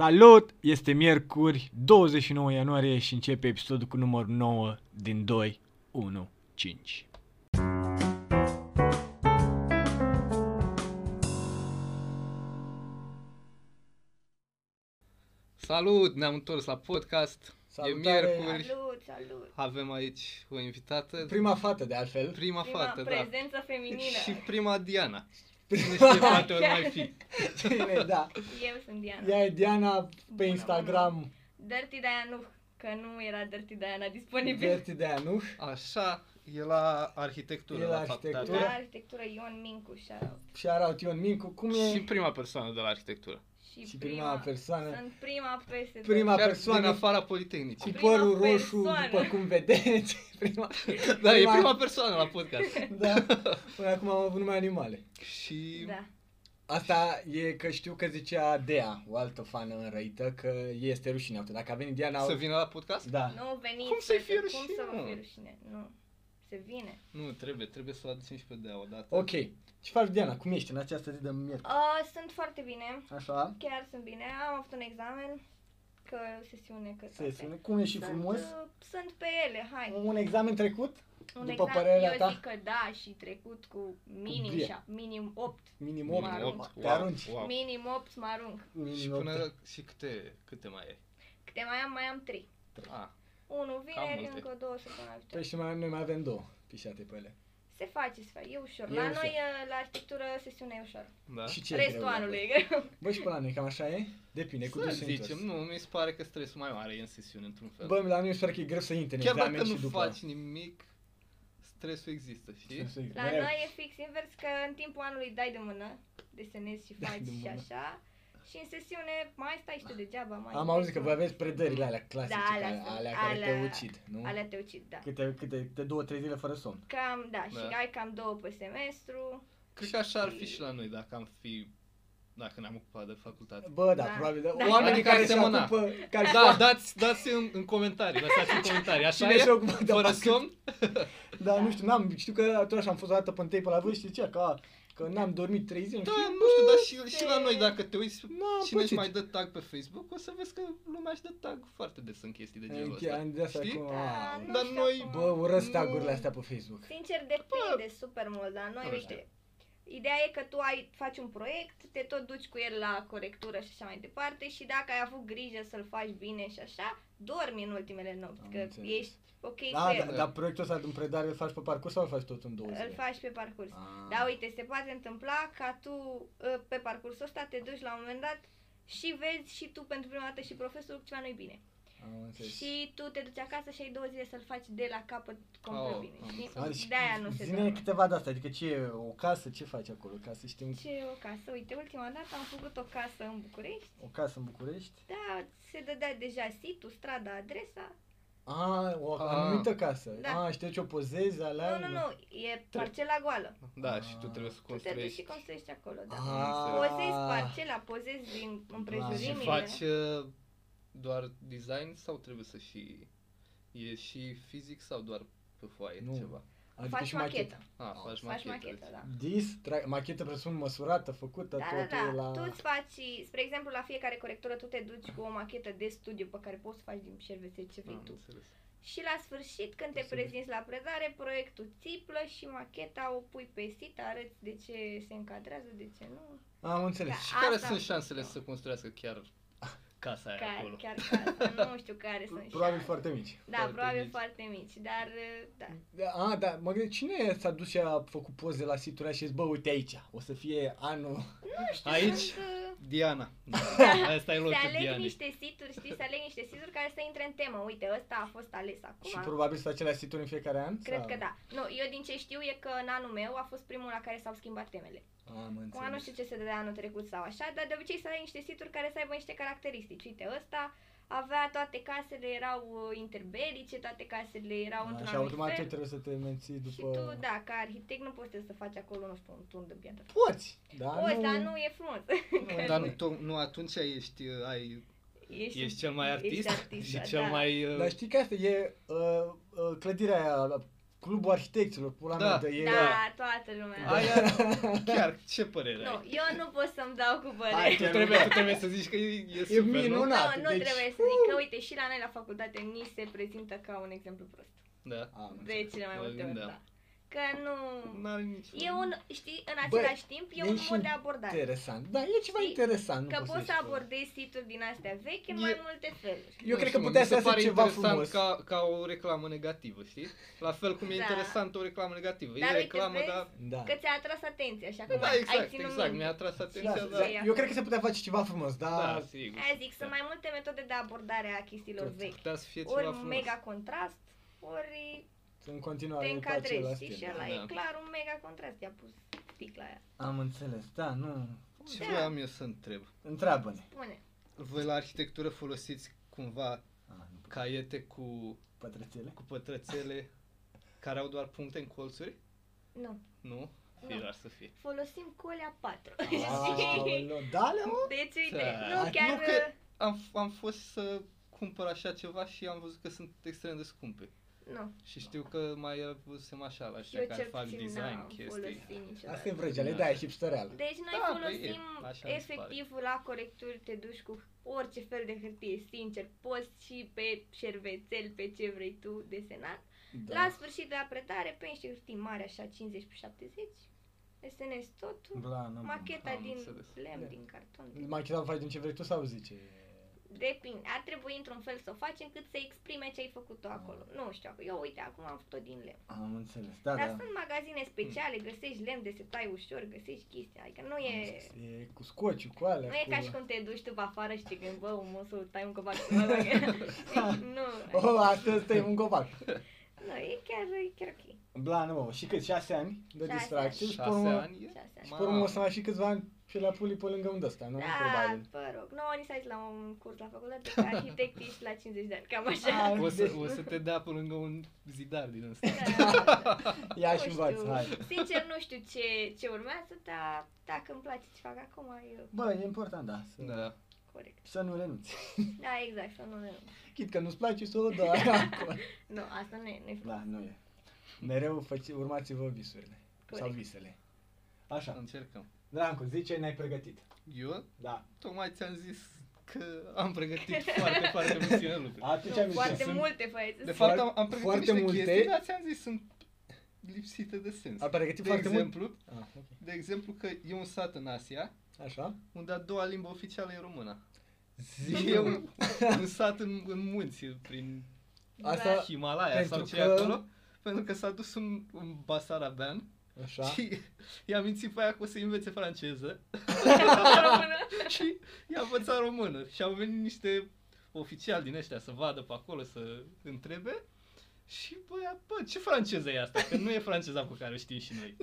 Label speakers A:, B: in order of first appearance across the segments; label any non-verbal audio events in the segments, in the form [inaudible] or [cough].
A: Salut! Este miercuri 29 ianuarie și începe episodul cu numărul 9 din 2 1 5.
B: Salut, ne-am întors la podcast.
C: Salutare.
B: E miercuri.
C: Salut, salut!
B: Avem aici o invitată.
C: Prima fată, de altfel.
B: prima
D: Prima
B: fată, da.
D: prezență feminină.
B: Și prima Diana.
C: [laughs]
B: Cine știe poate ori mai fi.
C: Bine, da.
D: Eu sunt Diana.
C: Ea e Diana pe Instagram,
D: Dirty Diana nu, că nu era Dirty Diana disponibil.
C: Verti de Anuș.
B: Așa, e la da, arhitectură.
C: E la
B: facultate.
D: La
C: arhitectură.
D: arhitectură Ion Mincu shout-out.
C: Și Araut Ion Mincu, cum
B: Și
C: e
B: prima persoană de la arhitectură.
D: și,
C: Și prima persoană.
D: Sunt prima peste tot.
C: Prima-
B: Chiar
C: persoană-
B: din afara
C: [laughs]
B: Politehnicii.
C: cu
D: prima
C: părul roșu,
D: persoană.
C: după cum vedeți. [laughs] Prima,
B: Da, e prima persoană la
C: [laughs]
B: podcast.
C: Da. Până acum am avut numai animale.
B: Și
D: Da.
C: Asta e că știu că zicea Dea, o altă fană înrăită, că ei este rușine. Uite, Dacă a venit Diana...
B: să vină la podcast?
C: Da.
D: Nu veniți.
B: Cum să-i
D: să-
B: fie
D: Cum să
B: rușine,
D: vă
B: mă?
D: fie rușine? Nu. Se vine.
B: Nu, trebuie, trebuie să o aducem și pe Dea odată.
C: Ok. Ce faci, Diana? Cum ești în această zi de miercuri?
D: Uh, sunt foarte bine.
C: Așa?
D: Chiar sunt bine. Am avut un examen. Că sesiune, că toate.
C: Sesiune. Cum e și
D: Sunt,
C: frumos?
D: uh, Sunt pe ele, hai.
C: Un examen trecut?
D: Un
C: După
D: exact,
C: părerea
D: eu
C: ta?
D: zic că da și trecut cu minim,
C: Bine.
D: șap, minim 8.
C: Minim
D: Mă
C: 8.
D: arunc.
C: Te arunci.
B: Wow.
D: Minim 8 mă arunc.
B: Și
C: Minim 8.
B: până și câte, câte mai e?
D: Câte mai am, mai am 3.
B: Ah,
D: Unul
B: Cam
D: vineri,
B: multe.
D: încă două săptămâna
C: Păi
D: viitoare.
C: și mai, noi mai avem două pișate pe ele.
D: Se face, se face, e ușor.
C: E
D: la
C: ușor.
D: noi, eh, la arhitectură, sesiunea e ușor.
B: da.
C: Și ce e
D: Restul
C: greu la
D: anului
C: voi?
D: e greu.
C: Bă, și pe la noi cam așa e? Depinde, cu
B: să
C: dusul
B: zicem,
C: zicem,
B: nu, mi se pare că stresul mai mare e în sesiune, într-un fel.
C: Bă, la noi mi se pare că e greu să intri în
B: Chiar
C: examen
B: dacă nu
C: și după.
B: faci nimic, stresul există, știi?
C: Să zic,
D: La
C: mereu.
D: noi e fix invers, că în timpul anului dai de mână, desenezi și
C: Dai
D: faci
C: de
D: și
C: mână.
D: așa. Și în sesiune mai stai și tu degeaba, mai
C: Am
D: stai
C: auzit că
D: tu.
C: voi aveți predările alea clasice,
D: Da, alea
C: alea,
D: sunt-
C: alea care
D: alea-
C: te ucid, nu?
D: Alea te ucid, da.
C: Câte, câte, câte două, trei zile fără somn.
D: Cam, da, și
B: Da.
D: ai cam două pe semestru.
B: Cred că așa ar fi și la noi, dacă am fi, dacă ne-am ocupat de facultate.
C: Bă, da,
D: Da.
C: probabil, da.
D: Da.
C: oamenii
B: Adică
C: care
B: ar
C: se
B: semăna.
C: ocupă, care
B: Da, dați, dați în, în comentarii, lăsați în comentarii, așa
C: Cine se
B: e?
C: ocupă de
B: Fără
C: facultate?
B: somn?
C: da, nu știu, n-am, știu că atunci am fost o dată pe întâi pe la voi și zicea că, a, că n-am dormit trei zile, nu
B: Da,
C: știu.
B: nu știu, dar și, și la noi, dacă te uiți,
C: N-am
B: cine își
C: pățit.
B: mai dă tag pe Facebook, o să vezi că lumea își dă tag foarte des în chestii de genul
C: Chiar am de
B: ăsta.
C: asta
B: Știi?
C: acum,
D: Da,
C: a,
D: nu
B: Dar
D: știu
B: noi,
D: acum.
C: Bă, urăsc
B: Nu.
C: tagurile astea pe Facebook.
D: Sincer, depinde super mult la noi,
B: Nu știu.
D: uite.
C: da.
D: Ideea e că tu ai, faci un proiect, te tot duci cu el la corectură și așa mai departe și dacă ai avut grijă să-l faci bine și așa, dormi în ultimele nopți,
C: Am
D: că
C: înțeles.
D: ești ok
C: Da, da,
D: cu el.
C: dar proiectul ăsta din predare îl faci pe parcurs sau îl faci tot în două zile?
D: Îl faci pe parcurs.
C: Ah.
D: Dar uite, se poate întâmpla ca tu ă, pe parcursul ăsta te duci la un moment dat și vezi și tu pentru prima dată și profesorul că ceva nu-i bine.
C: Am înțeles.
D: Și tu te duci acasă și ai două zile să-l faci de la capăt complet
B: Oh,
D: bine.
B: am
C: Are
D: Știi?
C: și-
D: De-aia nu se
C: Zine
D: doarme.
C: câteva de astea, adică ce e o casă, ce faci acolo, ca să știm
D: Ce e o casă? Uite, ultima dată am făcut o casă în București.
C: o casă în București?
D: Da, se dădea deja situl, strada, adresa.
C: A, o
B: Ah.
C: anumită casă.
D: Da.
C: A, Ah, știi ce o pozezi, alea?
D: Nu, nu, nu, e parcela goală.
B: Da, și tu trebuie să
D: Tu te duci
B: construiești.
D: și construiești acolo, da.
C: A,
D: Pozezi parcela, pozezi din
B: Și
D: împrejurimile.
B: faci uh, doar design sau trebuie să și... E și fizic sau doar pe foaie
C: Nu.
B: ceva?
C: adică
D: faci
C: și
D: machetă.
B: A, faci,
D: Faci
B: machetă. deci.
D: machetă, da.
C: Dis, tra- machetă presupun măsurată, făcută,
D: Da, da,
C: totul
D: da.
C: la...
D: Tu îți faci, spre exemplu, la fiecare corectură tu te duci cu o machetă de studiu pe care poți să faci din șervețe ce vrei
B: Am
D: tu.
B: Ah, înțeles.
D: Și la sfârșit, când
B: Da.
D: te
B: Posibil.
D: prezinți la predare, proiectul țiplă și macheta o pui pe sit, arăți de ce se încadrează, de ce nu.
C: Am înțeles.
D: Da.
B: Și care
D: Asta-
B: sunt șansele să construiască chiar [laughs] casa aia
D: Care,
B: acolo?
D: chiar casa, nu știu care sunt
C: Probabil
D: șanse.
C: foarte mici.
D: Da,
B: foarte
D: probabil
B: mici.
D: foarte mici, dar da.
C: A, da, mă gândesc, cine s-a dus și a făcut poze la siturile și a zis, bă, uite aici, o să fie anul...
D: Nu
C: [laughs]
D: știu,
B: Aici?
D: sunt, uh,
B: Diana.
D: [laughs]
B: Da. Asta e
D: se
B: locul
D: aleg
B: Dianei.
D: niște situri, știi, se aleg niște situri care să intre în temă. Uite, ăsta a fost ales acum.
C: Și probabil să același situri în fiecare an?
D: Cred
C: sau?
D: că da. Nu, eu din ce știu e că în anul meu a fost primul la care s-au schimbat temele.
C: Am
D: Acum nu
C: înțeles.
D: știu ce se dădea anul trecut sau așa, dar de obicei să ai niște situri care să aibă niște caracteristici. Uite, ăsta avea toate casele erau uh, interbelice, toate casele erau într-un
C: Așa,
D: anumit
C: Da, automat tu
D: fel.
C: trebuie să te menții
D: Și
C: după...
D: tu, da, ca arhitect nu poți să faci acolo, nu știu, un turn de piatră.
C: Poți, da,
D: Poți,
C: nu...
D: dar nu e frumos.
C: [laughs]
D: [laughs]
C: nu-
B: Da, Dar nu, to- nu atunci ești, uh, ai,
D: Ești,
B: ești cel mai artist,
D: ești artist
B: și
D: da,
B: cel
D: da.
B: mai... uh,
C: Dar știi că asta e uh, uh, clădirea aia, la- Clubul arhitecților, pula
B: Da.
C: mea de ei.
D: Da, toată lumea.
B: Aia, chiar, ce părere
D: Nu,
B: ai?
D: eu nu pot să-mi dau cu
C: Hai,
D: părere.
B: Tu trebuie, tu trebuie să zici că e, e super,
C: minunat.
D: [laughs] Nu, nu
C: deci-
D: trebuie să zic că, uite, și la noi la facultate ni se prezintă ca un exemplu prost.
B: nu? Da.
C: Am
D: De
C: înțeles.
D: cele mai
B: Mă
D: multe ori,
B: gândeam.
D: da. Că nu...
B: N-are nicio...
D: E un, știi, în
C: Bă,
D: același timp, e un
C: și
D: mod de abordare.
C: Interesant. Da, e ceva
D: Știi?
C: interesant. nu
D: Că
C: pot să
D: poți să
C: zic
D: abordezi situri din astea vechi în
B: E-
D: mai multe feluri.
C: Eu
B: Nu
C: cred că
B: știu,
C: putea
B: mi
C: să
B: se
C: iasă
B: pare
C: ceva
B: interesant
C: frumos.
B: Ca, ca o reclamă negativă, știi? La fel cum e
D: Da.
B: interesantă o reclamă negativă.
D: Dar
B: e
D: uite,
B: reclamă,
D: vezi?
B: dar...
C: Da.
D: Că ți-a atras atenția și acum
B: Da,
D: ai
B: exact,
D: ținut
B: exact. Mi-a
D: minte.
B: atras
C: Da,
B: atenția,
C: da,
B: dar...
D: da.
C: eu cred că se putea face ceva frumos,
B: Da,
C: dar
B: sigur.
D: Aia zic, sunt mai multe metode de abordare a chestiilor
C: Tot.
D: vechi.
B: Putea să fie Deci ceva
D: Ori
B: frumos.
D: mega contrast, ori
C: în
D: te
C: continuare e pe
D: încadrezi,
C: același
D: știi? Și
C: stil.
D: ăla
B: Da.
D: e clar un mega contrast, i-a pus sticla aia.
C: Am înțeles, da, nu.
B: Ce
D: Da.
B: voiam eu să întreb?
C: Întreabă-ne.
D: Spune,
B: Voi la arhitectură folosiți cumva
C: Ah, nu,
B: caiete cu,
C: pătrățele?
B: cu pătrățele care au doar puncte în colțuri?
D: nu,
B: Nu?
D: Nu.
B: Fie ar să fie.
D: folosim colea
C: [laughs]
D: 4. [laughs] Știi?
C: Aoleo, Da, le
D: Deci, uite,
B: Da.
D: nu
C: Nu
D: chiar...
B: că- Am, am fost să cumpăr așa ceva și am văzut că sunt extrem de scumpe.
D: Nu,
B: Și știu că mai văzusem așa la
D: eu
B: ăștia care
D: cel
B: fac
D: puțin
B: design,
D: n-am
B: chestii.
D: folosit
C: Asta e
D: niciodată.
C: vrăgeale,
B: Da.
C: da, e hipstereală.
D: Deci noi
B: Da, păi e,
D: folosim
B: așa mi se
D: efectiv la corecturi, te duci cu orice fel de hârtie, sincer, poți și pe șervețel, pe ce vrei tu desenat. Da. La sfârșit de apretare, pe niște hârtii mari, așa, 50 pe 70, desenezi totul,
C: Bla, nu.
D: macheta
B: am
D: din
B: înțeles.
D: lemn,
C: Da.
D: din carton. din-
C: Macheta faci din ce vrei tu sau zice?
D: Depinde, ar trebui într-un fel să o faci încât să exprime ce ai făcut
C: Da.
D: tu acolo. Nu știu, eu uite, acum am făcut-o din lemn.
C: Am înțeles, da,
D: Dar
C: da.
D: sunt magazine speciale, găsești lemn de se tai ușor, găsești chestii, adică nu
C: Am
D: e...
C: înțeles. E cu scociu, cu alea,
D: Nu e ca și
C: cu...
D: cum te duci tu pe afară și te gândi, bă, omul să tai un copac să mă
C: [laughs]
D: bag." Nu,
C: Oh, astăzi te un copac.
D: nu, e chiar, e chiar ok.
C: Bla, nu, mă, și cât? 6 ani de
D: Șase
C: distracție
D: ani.
C: și pe
B: Șase
C: urmă,
B: ani e?
D: Șase ani.
C: și pe urmă o să mai și câțiva ani și la puli pe lângă un ăsta, nu?
D: Da,
C: Probabil.
D: vă rog. Nouă ni s-a zis la un curs la facultate
C: [laughs]
D: că arhitectii și la 50 de ani, cam așa.
C: Ah,
B: O să,
C: deci-
B: o
C: [laughs]
B: să te dea pe lângă un zidar din ăsta.
D: Da,
C: Ia
D: nu
C: și
D: știu.
C: învață, hai.
D: [laughs] Sincer, nu știu ce, ce urmează, dar dacă îmi place ce fac acum, e
C: Bă, e important, da, să, da.
B: Da.
D: corect.
C: să nu renunți.
D: Da, exact, să nu
C: Chit că nu-ți place să o dai
D: [laughs]
C: acolo.
D: Nu, asta nu e, nu e
C: Da, nu e. Mereu făci, urmați-vă visurile. Sau
D: corect.
C: visele. Așa.
B: Încercăm.
C: Drancu, Mm. zice, ne-ai pregătit.
B: Eu
C: Da.
B: tocmai ți-am zis că am
D: [laughs]
B: pregătit foarte, foarte puține lucruri.
C: Atunci am
D: Nu, foarte
C: zis.
D: multe făieți.
B: De fapt, am, am
C: Foarte
B: pregătit niște
C: multe.
B: chestii, dar ți-am zis, sunt lipsite de sens.
C: A pregătit
B: De
C: foarte mult.
B: exemplu,
C: Ah, ok.
B: de exemplu că e un sat în Asia,
C: Așa.
B: unde a doua limbă oficială e româna.
C: Zi.
B: E un, un sat în, în munți, prin
C: Asta-
B: Himalaya
C: Da. Pentru
B: sau ce
C: că-
B: e acolo, pentru că s-a dus un, un basarabean
C: Așa.
B: și i-a mințit pe aia că o să învețe
C: [laughs]
B: franceză [laughs] și i-a învățat română. Și au venit niște oficiali din ăștia să vadă pe acolo, să întrebe. Și bă, ia, bă, ce franceză e asta? Că nu e franceza pe care o știm și
C: [laughs]
B: noi.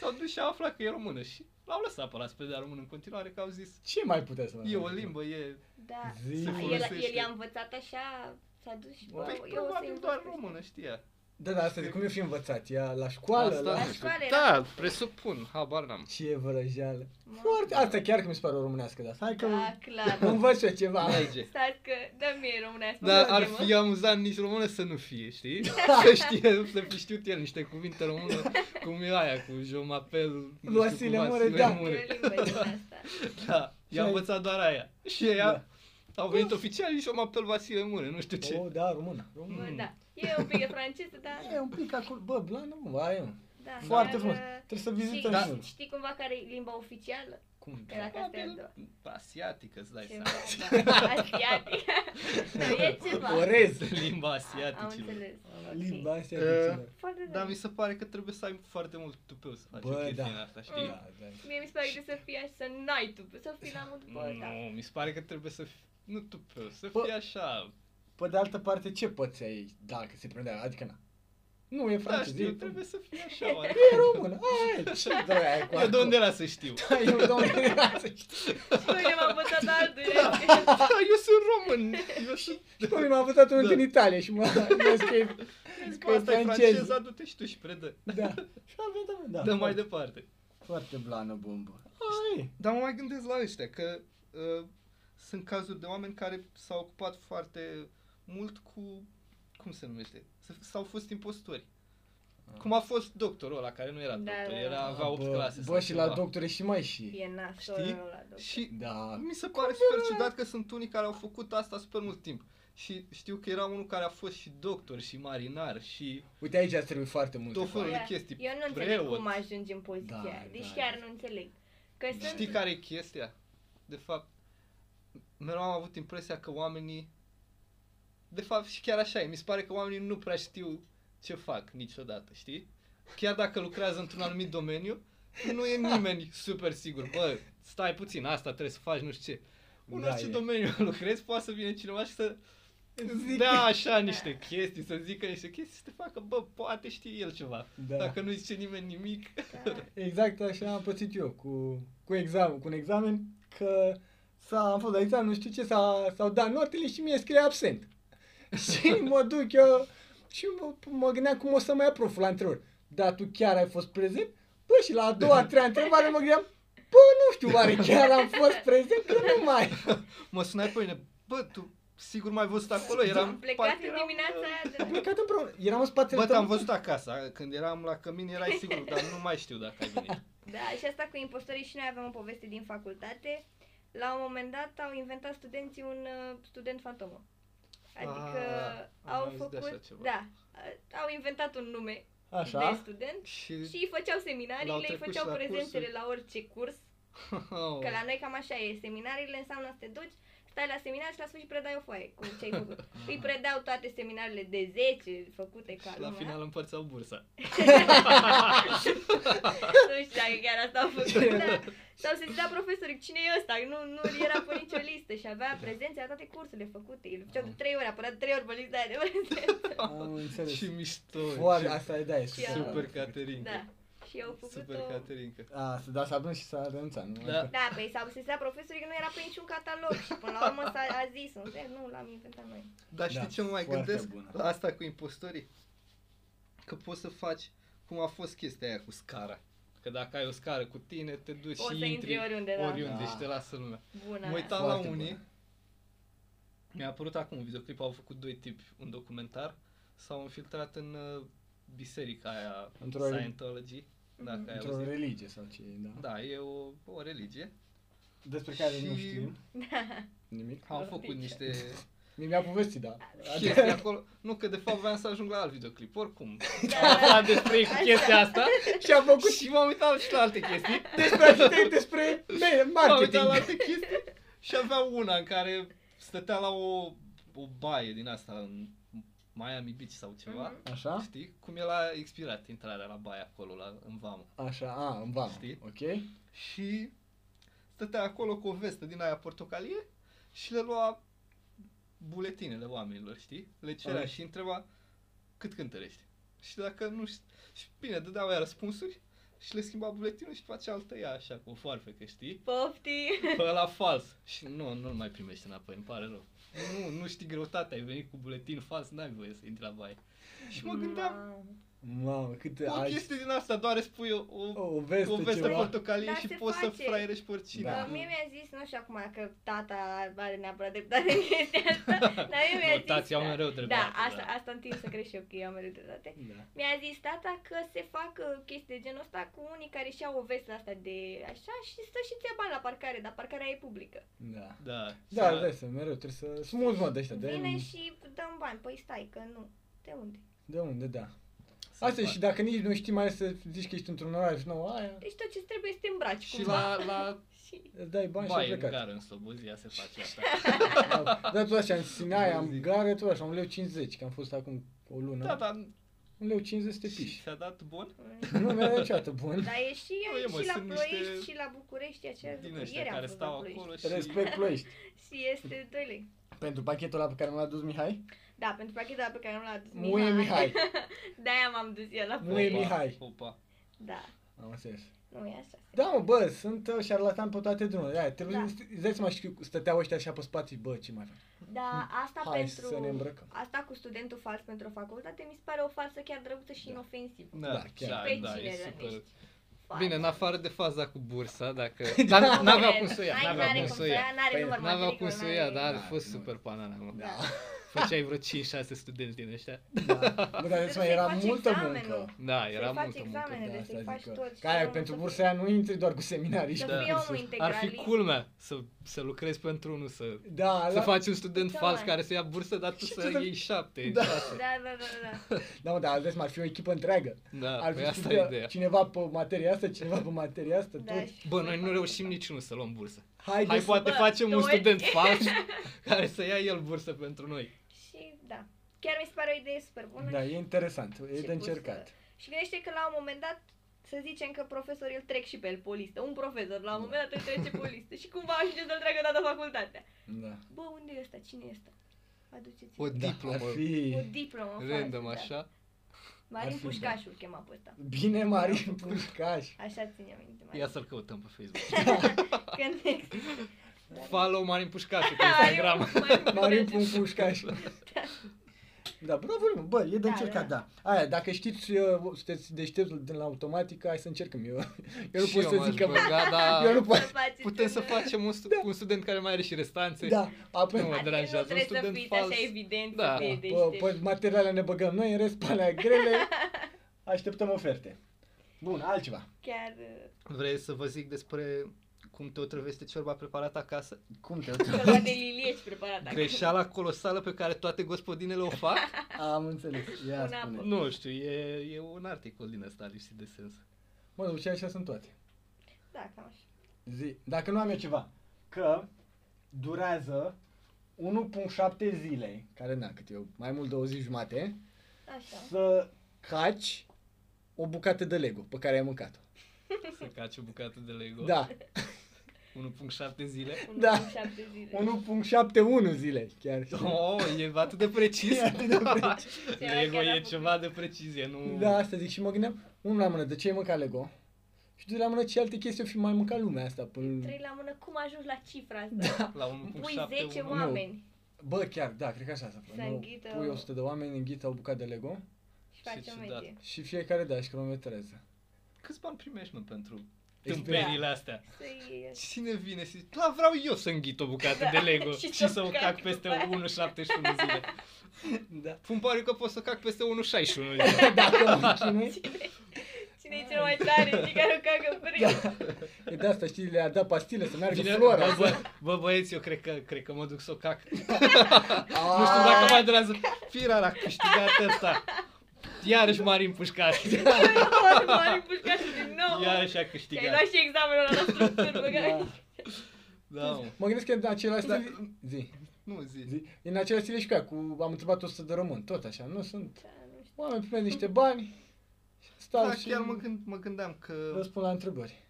B: S-au dus și au aflat că e română și l-au lăsat pe la spedia română în continuare că au zis
C: Ce mai putea să mai
B: E o
C: faci?
B: limbă, e...
D: Da.
C: Zi.
B: Se
D: A, El,
B: folosește.
D: el i-a învățat așa, s-a dus și bă,
B: Păi,
D: eu o să
B: probabil doar română, știa.
C: Da, da, asta de cum eu fi învățat? Ea la școală?
D: La
C: La...
B: nu știu.
D: școală era-
B: Da, presupun, habar n-am.
C: Ce vrăjeală.
D: Mă.
C: Foarte... Asta chiar că mi se pare o românească, dar hai că
D: Da,
B: [laughs]
D: clar.
C: învăț eu ceva.
B: Alege.
D: Stați că dă mie românească.
B: Dar
D: mă
B: Da, ar
D: chemă.
B: fi amuzant nici română să nu fie, știi?
D: [laughs]
B: Să știe, să fi știut el niște cuvinte române, cum e aia cu jomapel, nu știu
C: Vasile
B: cum,
C: Mure,
B: Vasile
C: da.
D: E
B: Mure.
D: o limbă din
B: [laughs]
D: asta.
B: Da, i-a
C: Și-
B: învățat doar aia. Și ea, au venit oficiali și jomapel Vasile Mure, nu știu ce.
C: Da. Oh, da, română. română.
D: Bă, da. E un pic de franceză, dar...
B: Da.
C: E un pic acolo. Bă, blană, mă, are mă.
D: Da,
C: Foarte
D: dar,
C: frumos.
D: uh,
C: Trebuie să
D: Știi,
C: vizităm.
B: Da.
C: și-
D: știi cumva care e limba oficială?
C: Cum?
D: Că dacă asta e a
B: Probabil
D: doua.
B: da. Asiatică, îți dai
D: Ce-
B: seama.
D: da,
B: [laughs]
D: Asiatică. Nu, e ceva.
C: Orez.
B: Limba
D: Am
B: asiaticilor.
D: înțeles.
C: Limba
D: Ok.
C: astea
B: Uh,
C: de
D: Foarte
B: Dar
D: da,
B: mi se pare că trebuie să ai foarte mult tupeu să faci
C: Bă,
B: o chestie
C: da.
B: din asta, știi?
C: Da, da.
D: Mie mi se pare că să fii așa, să n-ai tu, să fii la mult bă, da.
B: Nu, mi se pare că trebuie să fii, nu tupeu, să
C: Bă.
B: fii așa.
C: Pe de altă parte, ce poți ai dacă se prindea? Adică na. Nu, e
B: Da,
C: francez.
B: știu,
C: e-
B: trebuie să fii așa, oare.
D: [laughs]
C: E română. Ai, ce doi ai cu
B: Eu de unde era să [laughs] știu?
C: Da, eu de unde era
B: [laughs]
C: să știu.
D: Și noi ne-am învățat altul.
B: Da, eu sunt român. Eu [laughs] sunt...
C: Pe mine m-a învățat unul
B: Da.
C: din Italia și mă gândesc că e...
B: Vezi
C: că
B: că
C: e
B: asta e
C: francez.
B: franceza, du-te și tu și predă.
C: Da. [laughs] Și am venit, da.
B: Dă mai
C: foarte-
B: departe.
C: Foarte blană bombă. Ai.
B: Dar mă mai gândesc la ăștia, că uh, sunt cazuri de oameni care s-au ocupat foarte mult cu... Cum se numește? S- S-au fost impostori. Cum a fost doctorul ăla, care nu era
D: Da,
B: doctor,
D: da,
B: era,
D: da.
B: avea 8
C: bă,
B: clase.
C: Bă,
B: sau
C: și
B: ceva.
C: la doctore și mai și.
D: E nasol
B: Știi?
D: ăla, doctor.
B: Și
C: Da.
B: mi se pare super ciudat că sunt unii care au făcut asta super mult timp. Și știu că era unul care a fost și doctor, și marinar, și
C: Uite aici ați trebuit foarte mult.
B: tot felul
D: Da.
B: de chestii.
D: Eu nu înțeleg
B: preot.
D: cum ajungi în poziția
C: Da,
D: aia. Deci
C: da,
D: chiar
C: da.
D: nu înțeleg. Că
C: Da.
D: sunt...
B: Știi care e chestia? De fapt, mereu am avut impresia că oamenii... De fapt, și chiar așa e. Mi se pare că oamenii nu prea știu ce fac niciodată, știi? Chiar dacă lucrează într-un anumit domeniu, nu e nimeni super sigur. Bă, stai puțin, asta trebuie să faci, nu știu ce. Un
C: Da,
B: orice
C: e.
B: domeniu [laughs] lucrezi, poate să vine cineva și să
C: Zic.
B: Zic. dea așa niște chestii, să zică niște chestii, să te facă, bă, poate știe el ceva.
C: Da.
B: Dacă nu zice nimeni nimic,
D: Da.
C: Exact așa am pățit eu cu, cu examen, cu un examen că s-a, am fost la examen, nu știu ce, s-a, s-au dat notele și mie scrie absent. [laughs] și mă duc eu și mă, mă gândeam cum o să mă ia proful la întrebări. Dar tu chiar ai fost prezent? Bă, și la a doua, a treia întrebare mă gândeam, bă, nu știu, oare chiar am fost prezent? Că nu mai.
B: Mă sunai pe mine, bă, tu sigur mai văzut acolo, eram...
D: Am plecat
B: parcă
D: în
B: eram, uh,
D: dimineața aia de
C: Am
D: la...
C: plecat împreună. Eram în spatele
B: Bă,
C: tău.
B: te-am văzut acasă, când eram la cămin erai sigur, dar nu mai știu dacă ai
D: [laughs]
B: venit.
D: Da, și asta cu impostorii și noi avem o poveste din facultate. La un moment dat au inventat studenții un uh, student fantomă. Adică
B: Ah, am
D: au
B: auzit de
D: făcut,
B: așa ceva.
D: da, uh, au inventat un nume de
C: Așa.
D: student și
B: Și...
D: îi făceau
B: L-au
D: seminariile, îi
B: trecut
D: făceau
B: și la
D: prezențele
B: cursuri.
D: la orice curs,
B: [laughs] Oh,
D: că la noi cam așa e, seminariile înseamnă să te duci, stai la seminar și la sfârșit predai o foaie cu ce ai făcut.
B: [laughs]
D: îi predau toate seminarele de 10 făcute ca
B: și la
D: lumea.
B: final împărțeau bursa.
D: [laughs] nu știu dacă chiar asta au făcut, dar s-au sesizat profesorii, cine e ăsta? Nu, nu era pe nicio listă și
B: Da.
D: avea prezențe la toate cursurile făcute. El făcea de trei ori, apărea de trei ori pe lista aia de prezențe.
C: Am înțeles.
B: Ce mișto,
C: Foarte,
B: ce
C: asta e, da, e
D: Și uh,
C: super.
B: super caterincă.
D: Da. Și eu au făcut
B: Super
D: o...
B: caterincă.
C: A, să da, s-a prins și s-a renunțat, nu?
B: Da.
D: Da, păi s-au sesizat profesorii că nu era pe niciun catalog și până la urmă s-a a zis, un zec, nu, l-am inventat noi.
B: Dar știi
C: Da,
B: ce mă mai
C: foarte
B: gândesc
C: bună.
B: la asta cu impostorii? Că poți să faci cum a fost chestia aia cu scara. Că dacă ai o scară cu tine, te duci
D: Poți
B: și
D: să intri oriunde, da.
B: oriunde
C: Da.
B: și te lasă lumea.
D: Bună.
B: Mă uitam la
C: Foarte
B: unii,
C: bună.
B: mi-a apărut acum un videoclip, au făcut doi tipi un documentar, s-au infiltrat în uh, biserica aia
C: Într-o relig-
B: Scientology,
C: Mhm.
B: dacă ai
C: Într-o
B: auzit.
C: religie sau ce, da.
B: Da, e o, o religie.
C: Despre care nu
B: Și- [laughs]
C: știm nimic.
B: Au
D: Religie.
B: făcut niște
C: [laughs] Mi- Mi-a povestit, da.
B: chestii acolo. Nu, că de fapt voiam să ajung la alt
C: [laughs]
B: videoclip, oricum.
D: Da,
B: [laughs] Am
D: da.
B: aflat despre ei cu chestia asta.
C: Și a făcut
B: [laughs] Și m-am uitat și la alte chestii.
C: despre arhitect, despre me-
B: M-am uitat la
C: marketing.
B: alte chestii și avea una în care stătea la o, o baie din asta în Miami Beach sau ceva.
D: Mhm.
C: Așa?
B: Știi? Cum el a expirat intrarea la baie acolo, la, în vamă.
C: Așa, a, în vamă.
B: Știi?
C: Ok?
B: Și stătea acolo cu o vestă din aia portocalie și le lua buletinele oamenilor, știi? Le cerea
C: Ai.
B: și întreba cât cântărești. Și dacă nu știu... Și bine, dădeau ea răspunsuri și le schimba buletinul și face altă ea așa cu o foarfecă, știi?
D: Pofti!
B: Pe ăla fals. Și nu, nu-l mai primești înapoi, îmi pare rău. Nu, nu știi greutatea, ai venit cu buletin fals, n-ai voie să intri la baie. Și mă gândeam,
C: Mamă, cât
B: o
C: Mm. ai...
B: chestie din asta, doar îți pui o, o,
C: O
B: o
C: vestă
B: vestă
C: ceva.
B: portocalie
D: Dar
B: și
D: se
B: poți să
D: face.
B: fraierești pe oricine.
C: Da.
D: Da.
B: Nu-
D: Mie mi-a zis, nu știu acum că tata are neapărat dreptate în chestia asta, dar mie mi-a
B: Nu,
D: zis...
B: tații au mereu
D: Da,
B: dreptate,
D: asta,
B: da.
D: asta întind să cred și eu că eu am mereu dreptate.
C: Da.
D: Mi-a zis tata că se fac uh, chestii de genul ăsta cu unii care și au o vestă asta de așa și stă și ți bani la parcare, dar parcarea e publică.
C: Da.
B: Da,
C: Da, îți dai seama, mereu trebuie să... Sunt mulți mă de ăștia, de,
D: Vine și dăm bani, păi stai că nu. De unde?
C: de unde, da. Asta e și dacă nici nu știi mai ales să zici că ești într-un oraș nou, aia,
D: Deci tot ce trebuie să te îmbraci
B: Și
D: cumva.
B: la, la
D: Și...
C: îți dai bani și ai
B: baie în
C: plecat.
B: gară, în Slobozia se face
C: [laughs]
B: asta.
C: Da, Dar tot așa, în Sinaia,
B: Zic.
C: în gară, tot așa, un leu 50, că am fost acum o lună.
B: Da, dar
C: Un leu 50 să te
B: și [laughs]
C: piși.
B: ți-a dat bun?
C: Nu mi-a dat niciodată bun.
D: Dar e și,
B: [laughs] Nu, e, mă,
D: și la
B: sunt
D: Ploiești
B: niște
D: și la București, aceeași
B: Din
D: lucru.
B: ăștia
D: Ieri am
B: care
D: fost la
B: stau
D: Ploiești.
B: acolo și...
C: Respect ploiești.
D: Și este 2 lei.
C: Pentru pachetul ăla pe care mi l-a dus Mihai?
D: Da, pentru pachetul ăla pe care nu l-a adus
C: Muie Mihai.
D: De-aia m-am dus eu la
C: Nu
D: Ploiești.
C: e Mihai.
B: Opa.
D: Da,
C: Am înțeles.
D: nu e așa.
C: Da, mă, bă, sunt uh, șarlatan pe toate drumurile. Aia, trebuie
D: Da.
C: da. să îți dai seama, știu, stăteau ăștia așa pe spații, bă, ce mai fac?
D: Da, asta
C: Hm. Hai
D: pentru...
C: să ne îmbrăcăm.
D: Asta cu studentul fals pentru o facultate mi se pare o farsă chiar drăguță și
C: Da.
D: inofensivă.
B: Da,
C: Da,
B: da,
C: chiar.
B: da,
D: Pe
B: da,
D: cine
B: e super.
D: răpești? Faci.
B: Bine, în afară de faza cu bursa,
D: [laughs]
B: dacă... [laughs] Dar n-aveau cum să o ia,
D: N-ai-
B: n-aveau
D: Da. n-are
B: cum să o ia.
D: N-are
C: Păi,
D: număr
B: N-aveau
D: matricol,
B: cum să o
D: n-are-
B: ia, dar ar
C: Da,
B: fost
C: nu.
B: super banana, mă.
D: Da.
B: Făceai vreo 5-6 studenți din ăștia.
C: Da. Bă, dar îți mai
D: să-i
C: era
D: faci
C: multă
D: examenul.
C: muncă.
B: Da,
D: Să-i
B: era
D: faci
B: multă muncă.
D: examenele,
C: Da,
D: să-i
C: asta
D: faci
C: zic eu.
D: tot. și
C: Care
D: omul
C: pentru
D: să-
C: bursa aia nu intri doar cu seminarii și
D: Să
C: cu
B: Da.
D: fie omul
C: cursuri.
B: Ar fi
D: integralist.
B: culmea să, să lucrezi pentru unul, să,
C: Da,
B: să
C: la- [laughs]
B: faci un student
D: Da,
B: fals
D: mă.
B: care să ia bursă, dar tu
C: Și
B: să
C: ce să-
B: iei șapte,
C: Da.
B: șase.
D: Da, da, da, da.
C: [laughs] Da, mă, dar al mai ar fi o echipă întreagă.
B: Da,
C: Ar
B: păi
C: fi
B: asta e
C: studia-
B: ideea.
C: cineva pe materia asta, cineva pe materia asta,
D: da.
C: tot.
D: și-
B: Bă, noi nu reușim niciunul să luăm bursă.
C: Haide
B: Hai
C: să-
B: poate
D: bă,
B: facem un
D: doi.
B: student fals
D: [laughs]
B: care să ia el bursă pentru noi.
D: Și da. Chiar mi se pare o idee super bună.
C: Da,
D: și,
C: e interesant, e
D: și
C: de
D: pus,
C: încercat.
D: uh, Și gândește că la un moment dat să zicem că profesorul îl trec și pe el pe o listă. Un profesor la un moment dat îl trece pe o listă și cumva ajunge să-l treacă toată facultatea.
C: Da.
D: Bă, unde e ăsta? Cine e ăsta? Aduceți-l.
B: O
C: Da,
B: diplomă
C: ar fi
D: o diplomă. falsă,
B: random
D: da.
B: așa.
D: Marin
C: Ar fi, da.
D: Pușcașul chema pe ăsta.
C: bine Marin
D: Da.
C: Pușcaș.
D: Așa ține minte, Marin.
B: Ia să-l căutăm pe Facebook.
D: Că next. [laughs]
B: Follow Marin Pușcașu pe Instagram.
C: Da,
B: [laughs]
C: Marin
D: Marin
C: pun Pușcaș. Da, bravo, mă, bă, e de
D: Da,
C: încercat,
D: da,
C: da. Aia, dacă știți, uh, sunteți deștepți din la automatică, hai să încercăm eu. Eu nu
B: Și
C: pot să
B: m-aș
C: zic că...
B: băga,
C: [laughs]
B: dar
D: Da,
C: Eu nu pot.
B: Putem să facem un, stu- un student care mai are și restanțe.
C: Da, apoi...
B: Nu mă
D: Adică nu
B: deranjează. Un
D: trebuie să
B: student
D: fiți
B: fals.
D: așa evident
B: Da.
D: să fie deștept.
C: Bă, păi- pe materiale ne băgăm noi, în rest pe alea grele, așteptăm oferte. Bun, altceva.
D: Chiar... uh,
B: Vrei să vă zic despre cum te otrăvește ciorba preparată acasă?
C: Cum te
D: Ceva
B: [laughs]
D: de lilieci preparat acasă.
B: Greșeala colosală pe care toate gospodinele o fac?
C: Am înțeles, ia
D: Una
C: spune.
D: bună.
B: nu știu, e, e un articol din ăsta lipsit de sens.
C: Mă, de obicei așa sunt toate.
D: Da, cam așa.
C: Zi. Dacă nu am eu ceva, că durează 1.7 zile, care n-a cât eu, mai mult de o zi jumate,
D: Așa.
C: să caci o bucată de Lego pe care ai mâncat-o.
B: Să caci o bucată de Lego.
C: Da,
B: 1.7 zile.
D: Un
C: Da.
D: an, șapte zile.
C: 1.71 zile chiar.
B: Oh, e atât de precis.
C: E atât
B: [laughs]
C: de precis.
B: Lego
D: Chiar
B: e
D: a făcut.
B: ceva de precizie, nu...
C: Da, asta zic și mă gândeam, unul la mână, de ce ai mâncat Lego? Și doi la mână, ce alte chestii o fi mai mâncat lumea asta? Până...
D: Trei la mână, cum ajungi la cifra asta?
B: La
D: Pui
B: 1.7
D: 10
B: 1.
D: oameni
C: Bă, chiar, da, cred că așa s-a făcut.
D: Să
C: Nu,
D: înghită-
C: Pui 100 de oameni, înghită o bucată de Lego
D: și faci
B: Și
D: o
B: ciudat.
D: medie.
C: și fiecare da, și
D: [laughs]
C: cronometrează.
B: Câți bani primești, mă, pentru
C: Experiență.
B: tâmpeniile astea?
D: Să iei-
B: Cine vine și zice, da, vreau eu să înghit o bucată
D: Da,
B: de Lego
D: și
B: și,
D: să
B: să o
D: cac
B: cac
D: după
B: peste
D: aia.
B: 1,71 zile.
C: [laughs] Da.
B: Îmi pare că pot să cac peste 1,61
D: Da,
B: zile.
C: Dacă mă chinui,
D: Cine e cel mai tare? Cine care o cagă
C: Da.
D: prin?
C: [laughs] E de asta, știi, le-a dat pastile să meargă
B: Bine,
C: flora.
D: da,
B: bă, bă, bă, băieți, eu cred că, cred că mă duc să o cac.
C: A,
B: Nu știu
D: Ah.
B: dacă mai durează. Firar a câștigat ăsta. Iarăși Marin
C: [laughs]
B: Pușcaș.
D: [laughs] Mare pușcașul din nou!
B: Iarăși a
D: Și ai
B: câștigat.
D: luat și examenul ăla la structură, bă, care...
C: Da.
B: Da, mă.
C: Mă gândesc că în același
B: Da.
C: zi, zi,
B: nu zi.
C: zi, în același zile și ca cu, am întrebat 100 de români, tot așa, nu sunt
D: Da,
C: oameni primesc niște bani, stau
B: Da,
C: și
B: chiar mă, gând, mă gândeam că
C: răspund la întrebări.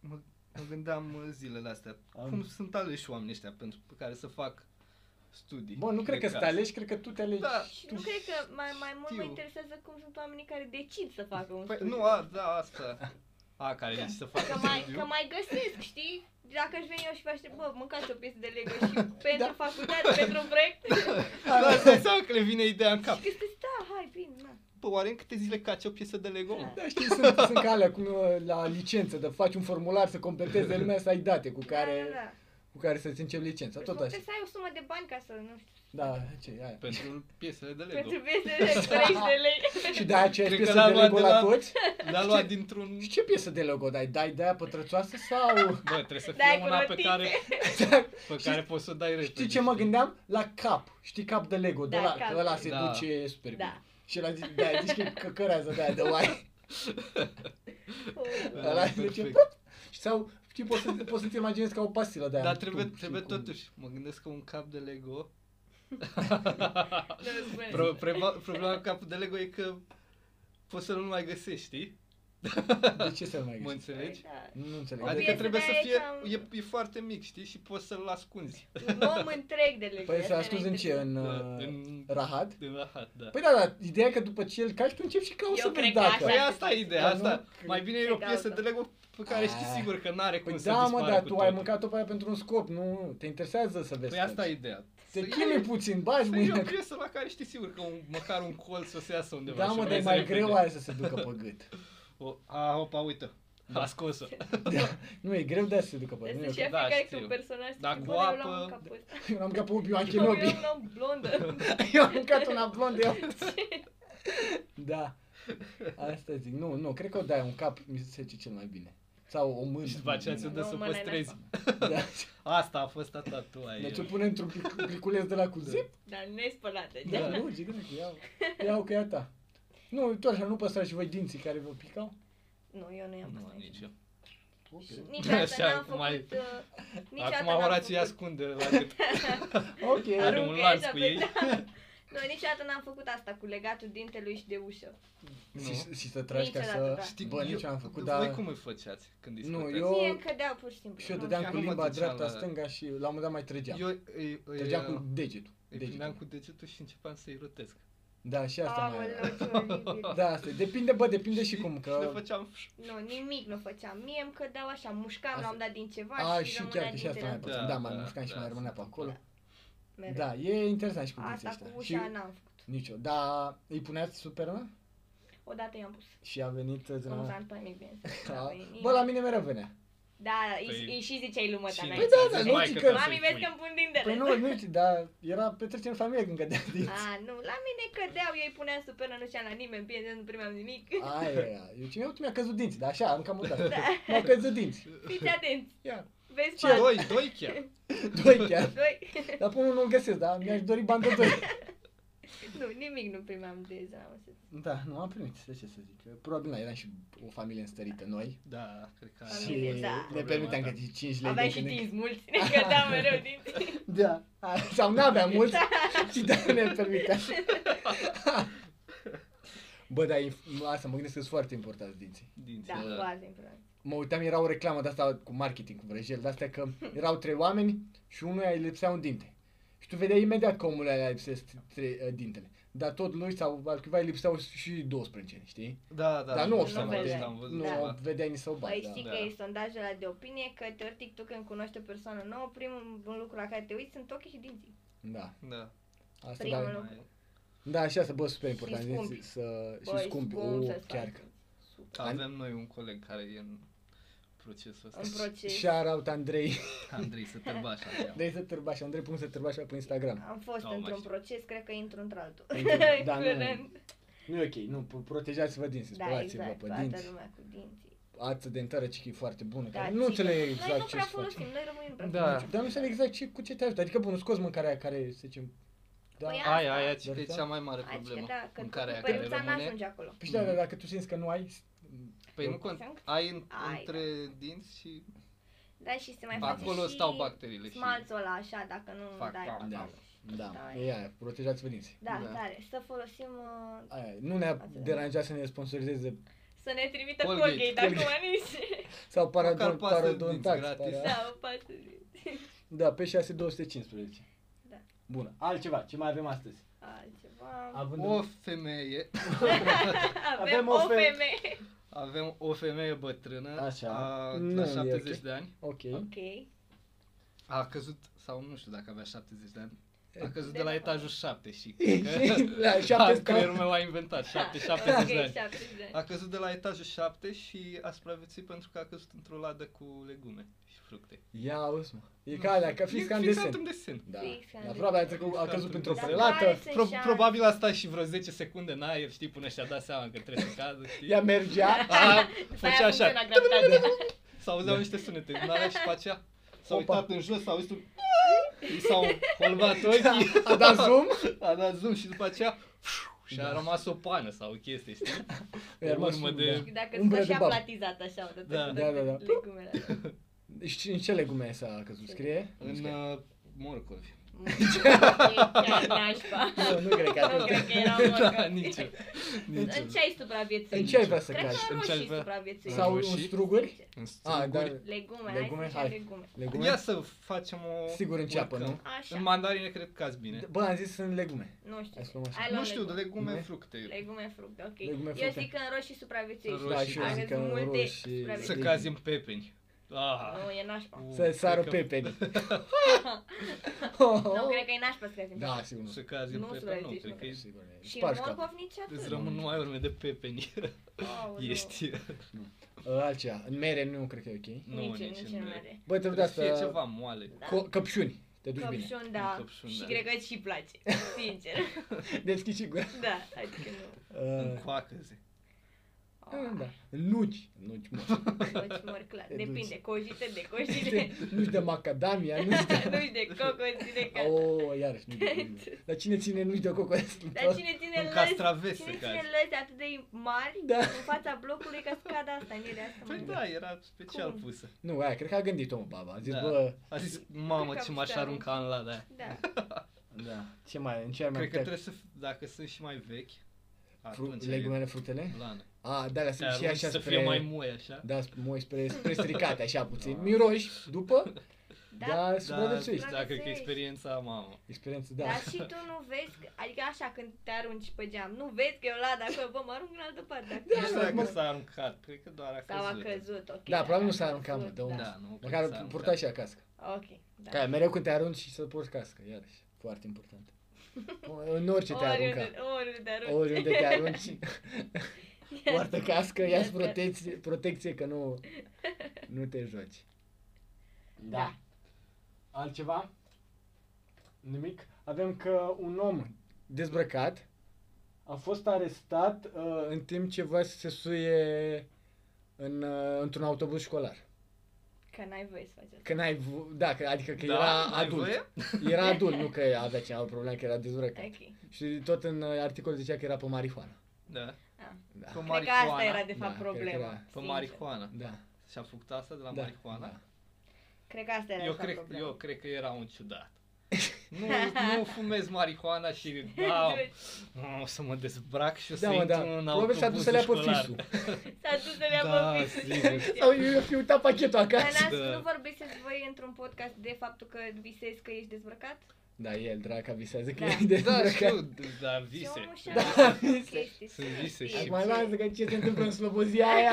B: mă, mă gândeam uh, zilele astea.
C: Am-
B: Cum sunt aleși oamenii ăștia pentru pe care să fac studii.
C: Bă, nu cred că să
B: sunt
C: te alegi, cred că tu te alegi.
B: Da.
D: Și nu cred că mai, mai mult mă
B: Știu.
D: interesează cum sunt oamenii care decid să facă un
B: Păi,
D: studiu.
B: nu, a, da, asta. A, care zici să fac
D: [laughs] Că mai, că mai găsesc, știi? Dacă aș veni eu și faci, bă, mâncați o piesă de Lego
C: [laughs]
D: și pentru
C: Da.
D: facultate, pentru un
C: [laughs]
D: proiect,
B: Da, îți dai seama că le vine ideea în cap.
D: și că stai, da, hai, bine, na.
B: Bă, oare în câte zile caci o piesă de Lego? mă?
C: Da, știi, sunt, sunt ca alea cum uh, la licență, de faci un formular să completeze lumea, să ai date cu
D: Da,
C: care,
D: da,
C: cu care să-ți începi licența,
D: da.
C: tot
D: Trebuie
C: așa.
D: să ai o sumă de bani ca să, nu știu,
C: Da, ce, aia.
D: Păi
B: Pentru piesele de Lego.
D: pentru piese
C: [laughs]
D: de 30 de lei.
C: Și
D: [laughs]
C: de aceeași
B: Cred că
C: piesă
B: l-a
C: de
B: luat
C: Lego
B: de
C: la
B: la-
C: toți?
B: L-a luat dintr-un...
C: Și ce piesă de Lego dai? Dai de aia pătrățoasă sau...
B: Bă, trebuie să
D: Da,
B: fie una pe
D: culotițe. [laughs]
B: care, pe care poți să o dai repede.
C: Știi ce mă gândeam? La cap. Știi cap de Lego, de
D: Da,
C: la,
D: cap.
C: că ăla se
B: Da.
C: duce super
D: Da.
C: bine. Și ăla zice, da, zici că e căcărează de aia de oai.
D: Oh,
B: Da,
C: Ăla
B: perfect.
C: zice, "Pup!" Și sau, știi, poți, să, poți să-ți imaginezi ca o pastilă de aia.
B: Dar Da, trebuie,
C: Tu, știi,
B: trebuie
C: Da, cu-
B: totuși, mă gândesc că un cap de Lego...
D: Da, bune.
B: Pro, preba, problema cu capul de Lego e că poți să nu mai găsești, știi?
C: De ce să mai
B: Mă
C: găsești?
B: înțelegi?
D: Da.
C: Nu înțeleg.
D: O
B: Adică
D: piesă
B: trebuie
D: de
B: să
D: aia e
B: fie,
D: cam-
B: e, e foarte mic, știi? Și poți să-l ascunzi.
D: Un om întreg de Lego.
C: Păi
D: asta
C: să
D: ne
C: ascunzi în ce?
D: interesează.
C: În,
B: Da,
C: uh,
B: în-
C: rahat?
B: De rahat, da.
C: Păi da, da, ideea e că după ce îl caci, tu începi și cauți
D: Eu
C: să vezi
D: cred că
C: dacă.
B: Păi
D: așa-
B: asta e ideea,
C: Dar nu
B: asta.
C: cred-
B: Mai bine e o
D: Se
B: piesă
D: caută.
B: de Lego pe care știi
C: Ah.
B: sigur că n-are cum
C: Păi
B: să
C: da, mă,
B: dispară
C: dar
B: cu
C: tu ai
B: tot.
C: mâncat-o pe aia pentru un scop, nu, te interesează să vezi.
B: Păi asta e Păi
C: e.
B: ideea.
C: Te
B: Să-
C: chimi puțin, bagi
B: Să iei
C: mâinile.
B: o piesă la care știi sigur că un, măcar un colț o să iasă undeva.
C: Da,
B: și
C: mă,
B: o
C: dar e
B: vezi
C: mai
B: repede.
C: greu aia să se ducă pe gât.
B: O, a, opa, uite.
C: Da.
B: A
C: [laughs]
B: scos-o.
C: Nu, e greu de a se ducă pe
D: Dar
C: nu
D: sunt și
C: e ok.
B: da,
D: africani
B: știu.
D: cu personaj.
B: Dar
D: Bă,
B: cu
D: eu
B: apă-
D: l-am în capul
B: [laughs]
D: ăsta.
C: Eu am capul Obi-Wan
D: Eu
C: Kenobi.
D: l-am blondă.
C: Eu [laughs] am mâncat una blondă. [laughs] Eu... Da. Asta zic. Nu, nu, cred că o dai un cap, mi se sece cel mai bine. Sau o mână.
B: Și după aceea ți-o dă
D: Nu,
B: să o
D: mă, n-ai
B: păstrezi.
C: Da.
B: Asta a fost a tatuaia.
C: Deci o pune într-un plic- pliculeț de la cu zip.
D: Dar nespălată.
C: Da, logic, da, că [laughs] iau. Iau că e a ta. Nu, tot așa, nu păstrați și voi dinții care vă picau?
D: Nu, eu nu i-am
B: Nu,
D: pus
B: nici eu.
D: Și
C: Ok.
D: Niciodată
B: Așa,
D: n-am
B: cum ai-
D: făcut... uh, Niciodată
B: Acum
D: n-am
B: Horațiu
D: făcut-
B: ascunde la gât.
C: Ok.
D: [laughs]
B: Are un
D: Aruncă
B: lanț
D: așa
B: cu
D: pe-
B: ei.
D: Nu, niciodată n-am făcut asta cu legatul dintelui și de ușă.
C: Și, și să tragi ca
D: Niciodată,
C: să...
D: da.
B: Știi,
C: Bă,
B: eu-
C: nici eu am făcut,
B: Voi
C: dar...
B: cum îi făceați când
C: Nu,
B: discutați?
D: Eu...
C: eu-
D: Mie îmi cădeau pur și simplu.
C: Și eu
D: Nu.
C: dădeam
B: și
C: cu
B: acum
C: limba
B: duceam
C: dreapta,
B: la-
C: stânga și la un moment dat mai trăgeam.
B: Eu îi, îi,
C: Trăgeam
B: uh,
C: cu degetul.
B: îi primeam cu
C: degetul.
B: degetul și începeam să-i rotesc.
C: Da, și asta mai era.
D: Aoleu, ce oribil.
C: [laughs] Da, asta e. depinde, bă, depinde și
B: Și-
C: cum,
B: Și le
C: că...
B: făceam...
D: Nu, nimic nu făceam. Mie îmi cădeau așa, mușcam,
C: Asta-
D: l-am dat din ceva
C: A,
D: și
C: și
D: rămânea
C: chiar că și asta mai
D: dintele
B: Da,
C: puțin. Da, mai
B: da,
C: mușcam și
B: da,
C: mai rămânea
B: se
C: pe acolo.
D: mereu.
C: Da, e interesant și cu dinții
D: Asta cu
C: ăștia. Și
D: ușa n-am făcut.
C: nicio. Da, îi puneați Superman
D: Odată i-am pus.
C: și a venit
D: Nu s-a
C: zâna.
D: întâlnit bine.
C: Da. Bă, la mine mereu venea.
D: Da, îi,
B: Păi-
D: îi și ziceai lui măta
B: Cine
C: Păi
D: înainte.
C: da, da,
B: Zice,
C: logic că-
B: "Maică, trebuie
D: Mami,
B: să-i
D: vezi
B: pui."
D: că
B: [laughs]
D: îmi pun dintele.
C: Păi nu, nu știu, dar era petrecere în familie când gădea dinți.
D: A, nu, la mine cădeau, eu îi puneam super, nu știam la nimeni, bine, nu primeam nimic.
C: Aia era. Eu ce mi-a mi-a căzut dinți, dar așa, am cam udat.
D: [laughs] Da.
C: Mi-au căzut dinți.
D: Fiți atenți,
C: Ia,
D: vezi
C: Ce?
D: faza.
B: Doi, [laughs] doi chiar.
C: doi chiar.
D: Doi.
C: Dar până nu-l găsesc, dar mi-aș dori bani de doi.
D: Nu, nimic nu primeam de zona
C: [laughs] Da, nu am primit, de ce să zic. Probabil, na, eram și o familie înstărită noi.
B: Da, cred că...
C: Și
D: Familie, da.
C: ne permiteam că 5 lei
D: Aveai
C: de
D: și
C: când în
D: dinți mulți, ne cădeam mereu dinți.
C: Da, a, sau n-aveam
D: [laughs]
C: mulți și da, ne permitea. Bă, dar e- asta mă gândesc că sunt foarte importanți dinții.
B: Dinții,
D: Da, foarte important.
C: Mă uitam, era o reclamă de asta cu marketing, cu vrăjel, de astea că erau trei oameni și unuia îi lipsea un dinte. Și tu vedeai imediat că omul ăla lipsesc trei, uh, dintele. Dar tot lui sau altcuiva îi lipseau și 12, știi?
B: Da, da.
C: Dar nu
B: da,
C: observa,
B: am văzut,
D: știi?
B: Am văzut,
C: Nu
D: Da.
C: o
B: da.
C: vedeai nici să o
D: Păi
C: bagi, da.
D: știi
B: da.
D: că e sondajul ăla de opinie că teoretic tu când cunoști o persoană nouă, primul bun lucru la care te uiți sunt ochii și dinții.
C: Da,
B: Da.
C: asta
D: Primul
C: da.
D: lucru.
C: Da, așa să bă, super important.
D: Și scumpi.
C: dinții, Să, și
D: Băi,
C: scumpi.
D: scump
C: O,
D: să-ți
C: chiar
D: faci
C: că.
D: dinți. Super.
B: Avem noi un coleg care e în procesul ăsta.
D: În proces.
C: Shout out Andrei.
B: [laughs]
C: [laughs]
B: Andrei să te bași
D: [laughs]
B: așa.
C: Deci să târbașa, Andrei pun să târbașa pe Instagram.
D: Am fost
B: Da, mă,
D: într-un
B: știu.
D: proces, cred că intru într-altul. [laughs]
C: Într-un- da, nu.
D: Curent.
C: Nu e ok, nu, pro- protejați-vă dinții,
D: Da,
C: spălați-vă
D: exact,
C: pe
D: toată
C: dinți.
D: lumea cu dinții.
C: Ață dentară ce e foarte bună,
D: Da,
C: care nu
D: țigă.
C: înțeleg
D: Noi nu
C: exact ce
D: prea
C: să
D: folosim,
C: facem.
D: noi românii nu prea
B: Da.
D: folosim.
C: Dar nu înțeleg exact ce, cu ce te ajută. Adică, bun, scoți mâncarea care, să zicem, da.
D: Păi,
B: Aia, aia
C: Dar
B: ce e
C: da.
B: cea mai mare
D: Adică,
B: problemă.
D: da, că
B: Mâncarea aia
D: cu
B: care
D: părința
B: rămâne.
D: n-ajunge acolo.
C: Păi și da,
B: Mhm.
C: dar dacă tu simți că nu ai, s-
B: Păi nu cont. Ai în,
D: Ai,
B: între dinți și
D: Da, și se mai face
B: acolo
D: și
B: stau bacteriile. și-
D: smalțul ăla așa, dacă nu
B: Fac
D: dai.
B: pam,
C: da, da,
D: Da,
C: e aia, protejați-vă dinții.
D: Da,
B: Da.
D: tare. Să folosim... uh,
C: Aia, e. nu ne-a
D: Ați-
C: deranjat să ne sponsorizeze
D: Să ne trimită
B: Colgate,
D: Colgate, dacă
C: Colgate.
D: acum nici.
C: [laughs] sau
B: Măcar
C: paradon,
B: pasă de dinți
C: parodontax.
B: gratis.
C: para-
D: Da, o pasă zi.
C: Da, pe 6215.
D: Da.
C: Bun, altceva, ce mai avem astăzi?
D: Altceva...
C: Având
B: O femeie,
D: [laughs] Avem
C: o
D: o
C: fe-
D: femeie.
B: avem o femeie bătrână,
C: Așa.
B: a,
C: Nu,
B: la
C: e
B: 70
C: ok.
B: de ani,
C: Ok.
D: Ok.
B: a căzut, sau nu știu dacă avea 70 de ani, a căzut
D: De
B: de la
D: la-
B: etajul 7
C: [laughs]
B: și [laughs]
C: La șapte
B: că creierul
C: scaune.
B: meu a inventat, 7, 70 de
D: Da. [laughs] Ok,
B: ani.
D: 70 de ani.
B: A căzut de la etajul 7 și a supraviețuit pentru că a căzut într-o ladă cu legume și fructe.
C: Ia uzi, mă. E ca alea, ca fix ca în
B: fixat
C: desen.
B: în desen.
C: Da.
D: Fix ca în
C: Dar probabil a, trecut, a
B: Fix ca
C: căzut
B: într-un
C: într-o
B: desen.
D: Dar
C: prelată.
D: care- Sunt
B: Pro-
D: șanse.
B: probabil a stat și vreo 10 secunde în aer, știi, până și-a dat seama că trebuie să cadă, știi?
C: Ea mergea.
B: A,
D: Aia
B: făcea așa.
D: funcționa gravitația.
B: S-auzeau niște sunete din alea și facea. S-a
C: Opa.
B: uitat în jos, s-a auzit un... I s-au holbat
C: [laughs]
B: ochii,
C: A
D: Da.
C: dat zoom.
B: a dat zoom și după aceea... Și a
C: Da.
B: rămas o pană sau o chestie, știi?
C: Iar mă
B: urmă
C: spun,
B: de-
C: da.
D: Dacă
C: Umbră
D: stă
C: de
D: și
C: bab.
D: aplatizat așa, o
B: Da.
D: dată.
C: Da, da, da. [laughs]
D: Legumele alea.
C: Și în Deci ce legume s-a căzut? Scrie? Nu
B: În
C: scrie.
B: uh, morcovi.
D: E chiar nașpa.
C: Nu, nu cred că
D: Nu
C: atât.
D: cred că era
B: [laughs] Da,
D: mor.
B: nici eu. Nici eu.
D: În ce ai supraviețuit?
C: În ce ai vrea să
D: Cred
C: cazi?
D: că
B: În
D: în
B: ce ai
D: roșii
B: vrea?
D: supraviețuit.
C: Sau în
B: Roșii?
C: struguri?
B: În
C: A, da.
B: struguri.
D: Legume,
C: Legume?
D: hai să
C: Hai.
D: zicem legume.
B: Ia
C: Legume?
B: să facem o...
C: Sigur înceapă,
B: urcăm.
C: nu?
D: Așa,
B: În mandarine cred că azi bine.
C: Bă, am zis sunt legume.
D: nu știu.
C: Hai să luăm așa.
D: Da. Hai luăm
B: Nu știu, de
D: legume.
B: legume,
C: Legume?
B: fructe.
D: Legume, fructe, ok.
C: Legume,
D: Eu
C: fructe.
D: zic că în roșii supraviețuiești.
B: În
C: Da,
B: roșii,
C: și eu
B: da.
C: zic
D: Aveți
C: că în
D: multe
C: roșii.
D: supraviețuiri.
B: Să
D: Legume.
B: cazi în pepeni.
D: Nu,
B: Ah.
D: e nașpa.
C: Să sară
B: Cred că- [laughs]
C: pepeni.
D: Nu, cred că e nașpa să crezi.
C: Oh. Da, sigur nu.
B: Să cazi în
D: Nu
B: pepeni, nu,
D: supraviețuiești,
B: cred
D: nu.
B: că e-
C: Sigur, e-
D: Și
C: spargi
D: morcov
C: capul.
D: nici
B: Îți
D: atât.
B: rămân numai urme de pepeni.
D: Aoleu.
B: [laughs] Ești.
C: uh, altceva. În mere nu cred că e ok.
B: Nu,
D: nici,
B: nici
D: nici
B: în
D: nu
B: mere.
D: are.
C: Băi,
B: Trebuie
C: trebuie
B: să fie
C: asta...
B: ceva moale.
D: Da.
C: Co- căpșuni. Te duci [laughs] bine.
D: Căpșun, da.
B: Căpșun,
D: și
B: da.
D: cred că și place, sincer. [laughs]
C: Deschid și Deci, gura.
D: da, adică nu.
B: În
C: Uh,
B: coacăze.
D: Ah.
C: da,
D: [laughs]
C: da. Nuci. Nuci, mă.
D: Coci Oh, mor clar.
C: Te
D: Depinde,
C: duci.
D: cojite
C: [laughs]
D: de cojite.
C: Nuci de
D: [laughs]
C: macadamia, nuci de...
D: Nu-și de cocos, de
C: O,
D: gata.
C: iarăși nu
D: [laughs]
C: de Dar cine ține nuci de coco?
D: Dar cine ține
B: În
D: lăzi,
B: castravese,
D: cine ține
B: caz.
D: lăzi atât de mari
C: Da.
D: în fața blocului ca să cadă asta în ele asta?
B: Păi
D: mă.
B: da, era special
D: Cum?
B: pusă.
C: Nu, aia, cred că a gândit omul baba. A zis,
B: Da.
C: bă,
B: A zis,
D: Cred
B: mamă,
D: că
B: ce
D: am
B: m-aș
D: știam.
B: arunca în lada aia.
D: Da.
C: da, ce mai, în ce ar mai
B: Cred că
C: putea?
B: trebuie să, f- dacă sunt și mai vechi,
C: Fru-
B: atunci e
C: legumele, frutele?
B: blană.
C: A, da, dar sunt și
B: Te arunci
C: așa
B: să
C: spre...
B: fie mai moi așa.
C: Da, sp- moi spre,
B: [laughs]
C: spre stricate, așa puțin. Miroși, după,
D: Da,
C: dar
B: Da,
C: supraviețuiești.
B: da, cred că
D: Supraviețuiești.
B: experiența, mamă.
C: Experiență, [laughs] da.
D: dar și tu nu vezi, că- adică așa când te arunci pe geam, nu vezi că e o ladă acolo, bă, mă arunc în altă parte. acolo.
C: Da,
B: Nu știu
C: mă,
B: dacă
C: mă.
B: s-a aruncat, cred că doar a
D: Sau a
B: căzut.
D: căzut, ok.
C: Da, probabil nu
D: dacă
C: s-a
D: a
C: aruncat, mă,
D: căzut,
C: de unde?
D: Da.
B: Da, nu, cred că s-a
C: Măcar
B: aruncat.
C: purta și a cască.
D: Ok, da.
C: Ca mereu când te arunci și să porți cască, iarăși. Foarte
D: [laughs]
C: important. În orice te arunca.
D: Oriunde, oriunde te arunci.
C: Oriunde te arunci, [laughs]
D: Ia-
C: poartă cască, ia-ți
D: Ia-ți-
C: protecție, protecție că nu, nu te joci.
D: Da.
C: Altceva? Nimic? Avem că un om dezbrăcat a fost arestat uh, în timp ce voia să se suie în, uh, într-un autobuz școlar.
D: Că n-ai voie să faci asta.
C: Că n-ai, vo- da, că, adică că
B: Da,
C: era
B: n-ai
C: adult.
B: voie?
C: Era adult, nu că avea cineva o problemă, că era dezbrăcat.
D: Ok.
C: Și tot în uh, articol zicea că era pe marihuana.
B: Da.
D: Ah.
C: Da.
B: Pe
D: Cred că asta era
B: marihuana.
D: de
C: Da,
D: fapt
C: cred că
D: problema.
C: era. Pe
B: Pe
D: sincer.
B: marihuana.
C: Da.
B: Și-a făcut asta de la
C: da.
B: marihuana?
C: Da.
D: Cred că asta era
B: Eu
D: de fapt
B: cred,
D: problema.
B: eu cred că era un
D: [laughs]
B: ciudat. Nu, nu fumez marihuana și
D: Deci-
B: da, o să mă dezbrac și o să
C: Da, mă,
B: intru
C: da.
B: în
C: Probabil s-a dus să le ia pe fisul.
D: S-a dus să le
B: Da,
D: da,
B: sigur.
C: Sau eu, eu fi uitat pachetul
D: Dar
C: acasă.
D: n-ați-
B: Da.
D: nu vorbiseți voi într-un podcast de faptul că visezi că ești dezbrăcat?
C: Da, el, draca, visează că
D: Da.
C: e
B: Da,
C: dezbrăcat.
B: știu, da,
D: Și
B: vise.
D: omul și-a
C: Da,
D: dat
C: vise.
D: chestii.
B: Sunt vise
D: Știi.
B: și-
C: Acum lasă că ce se întâmplă în slobozia aia.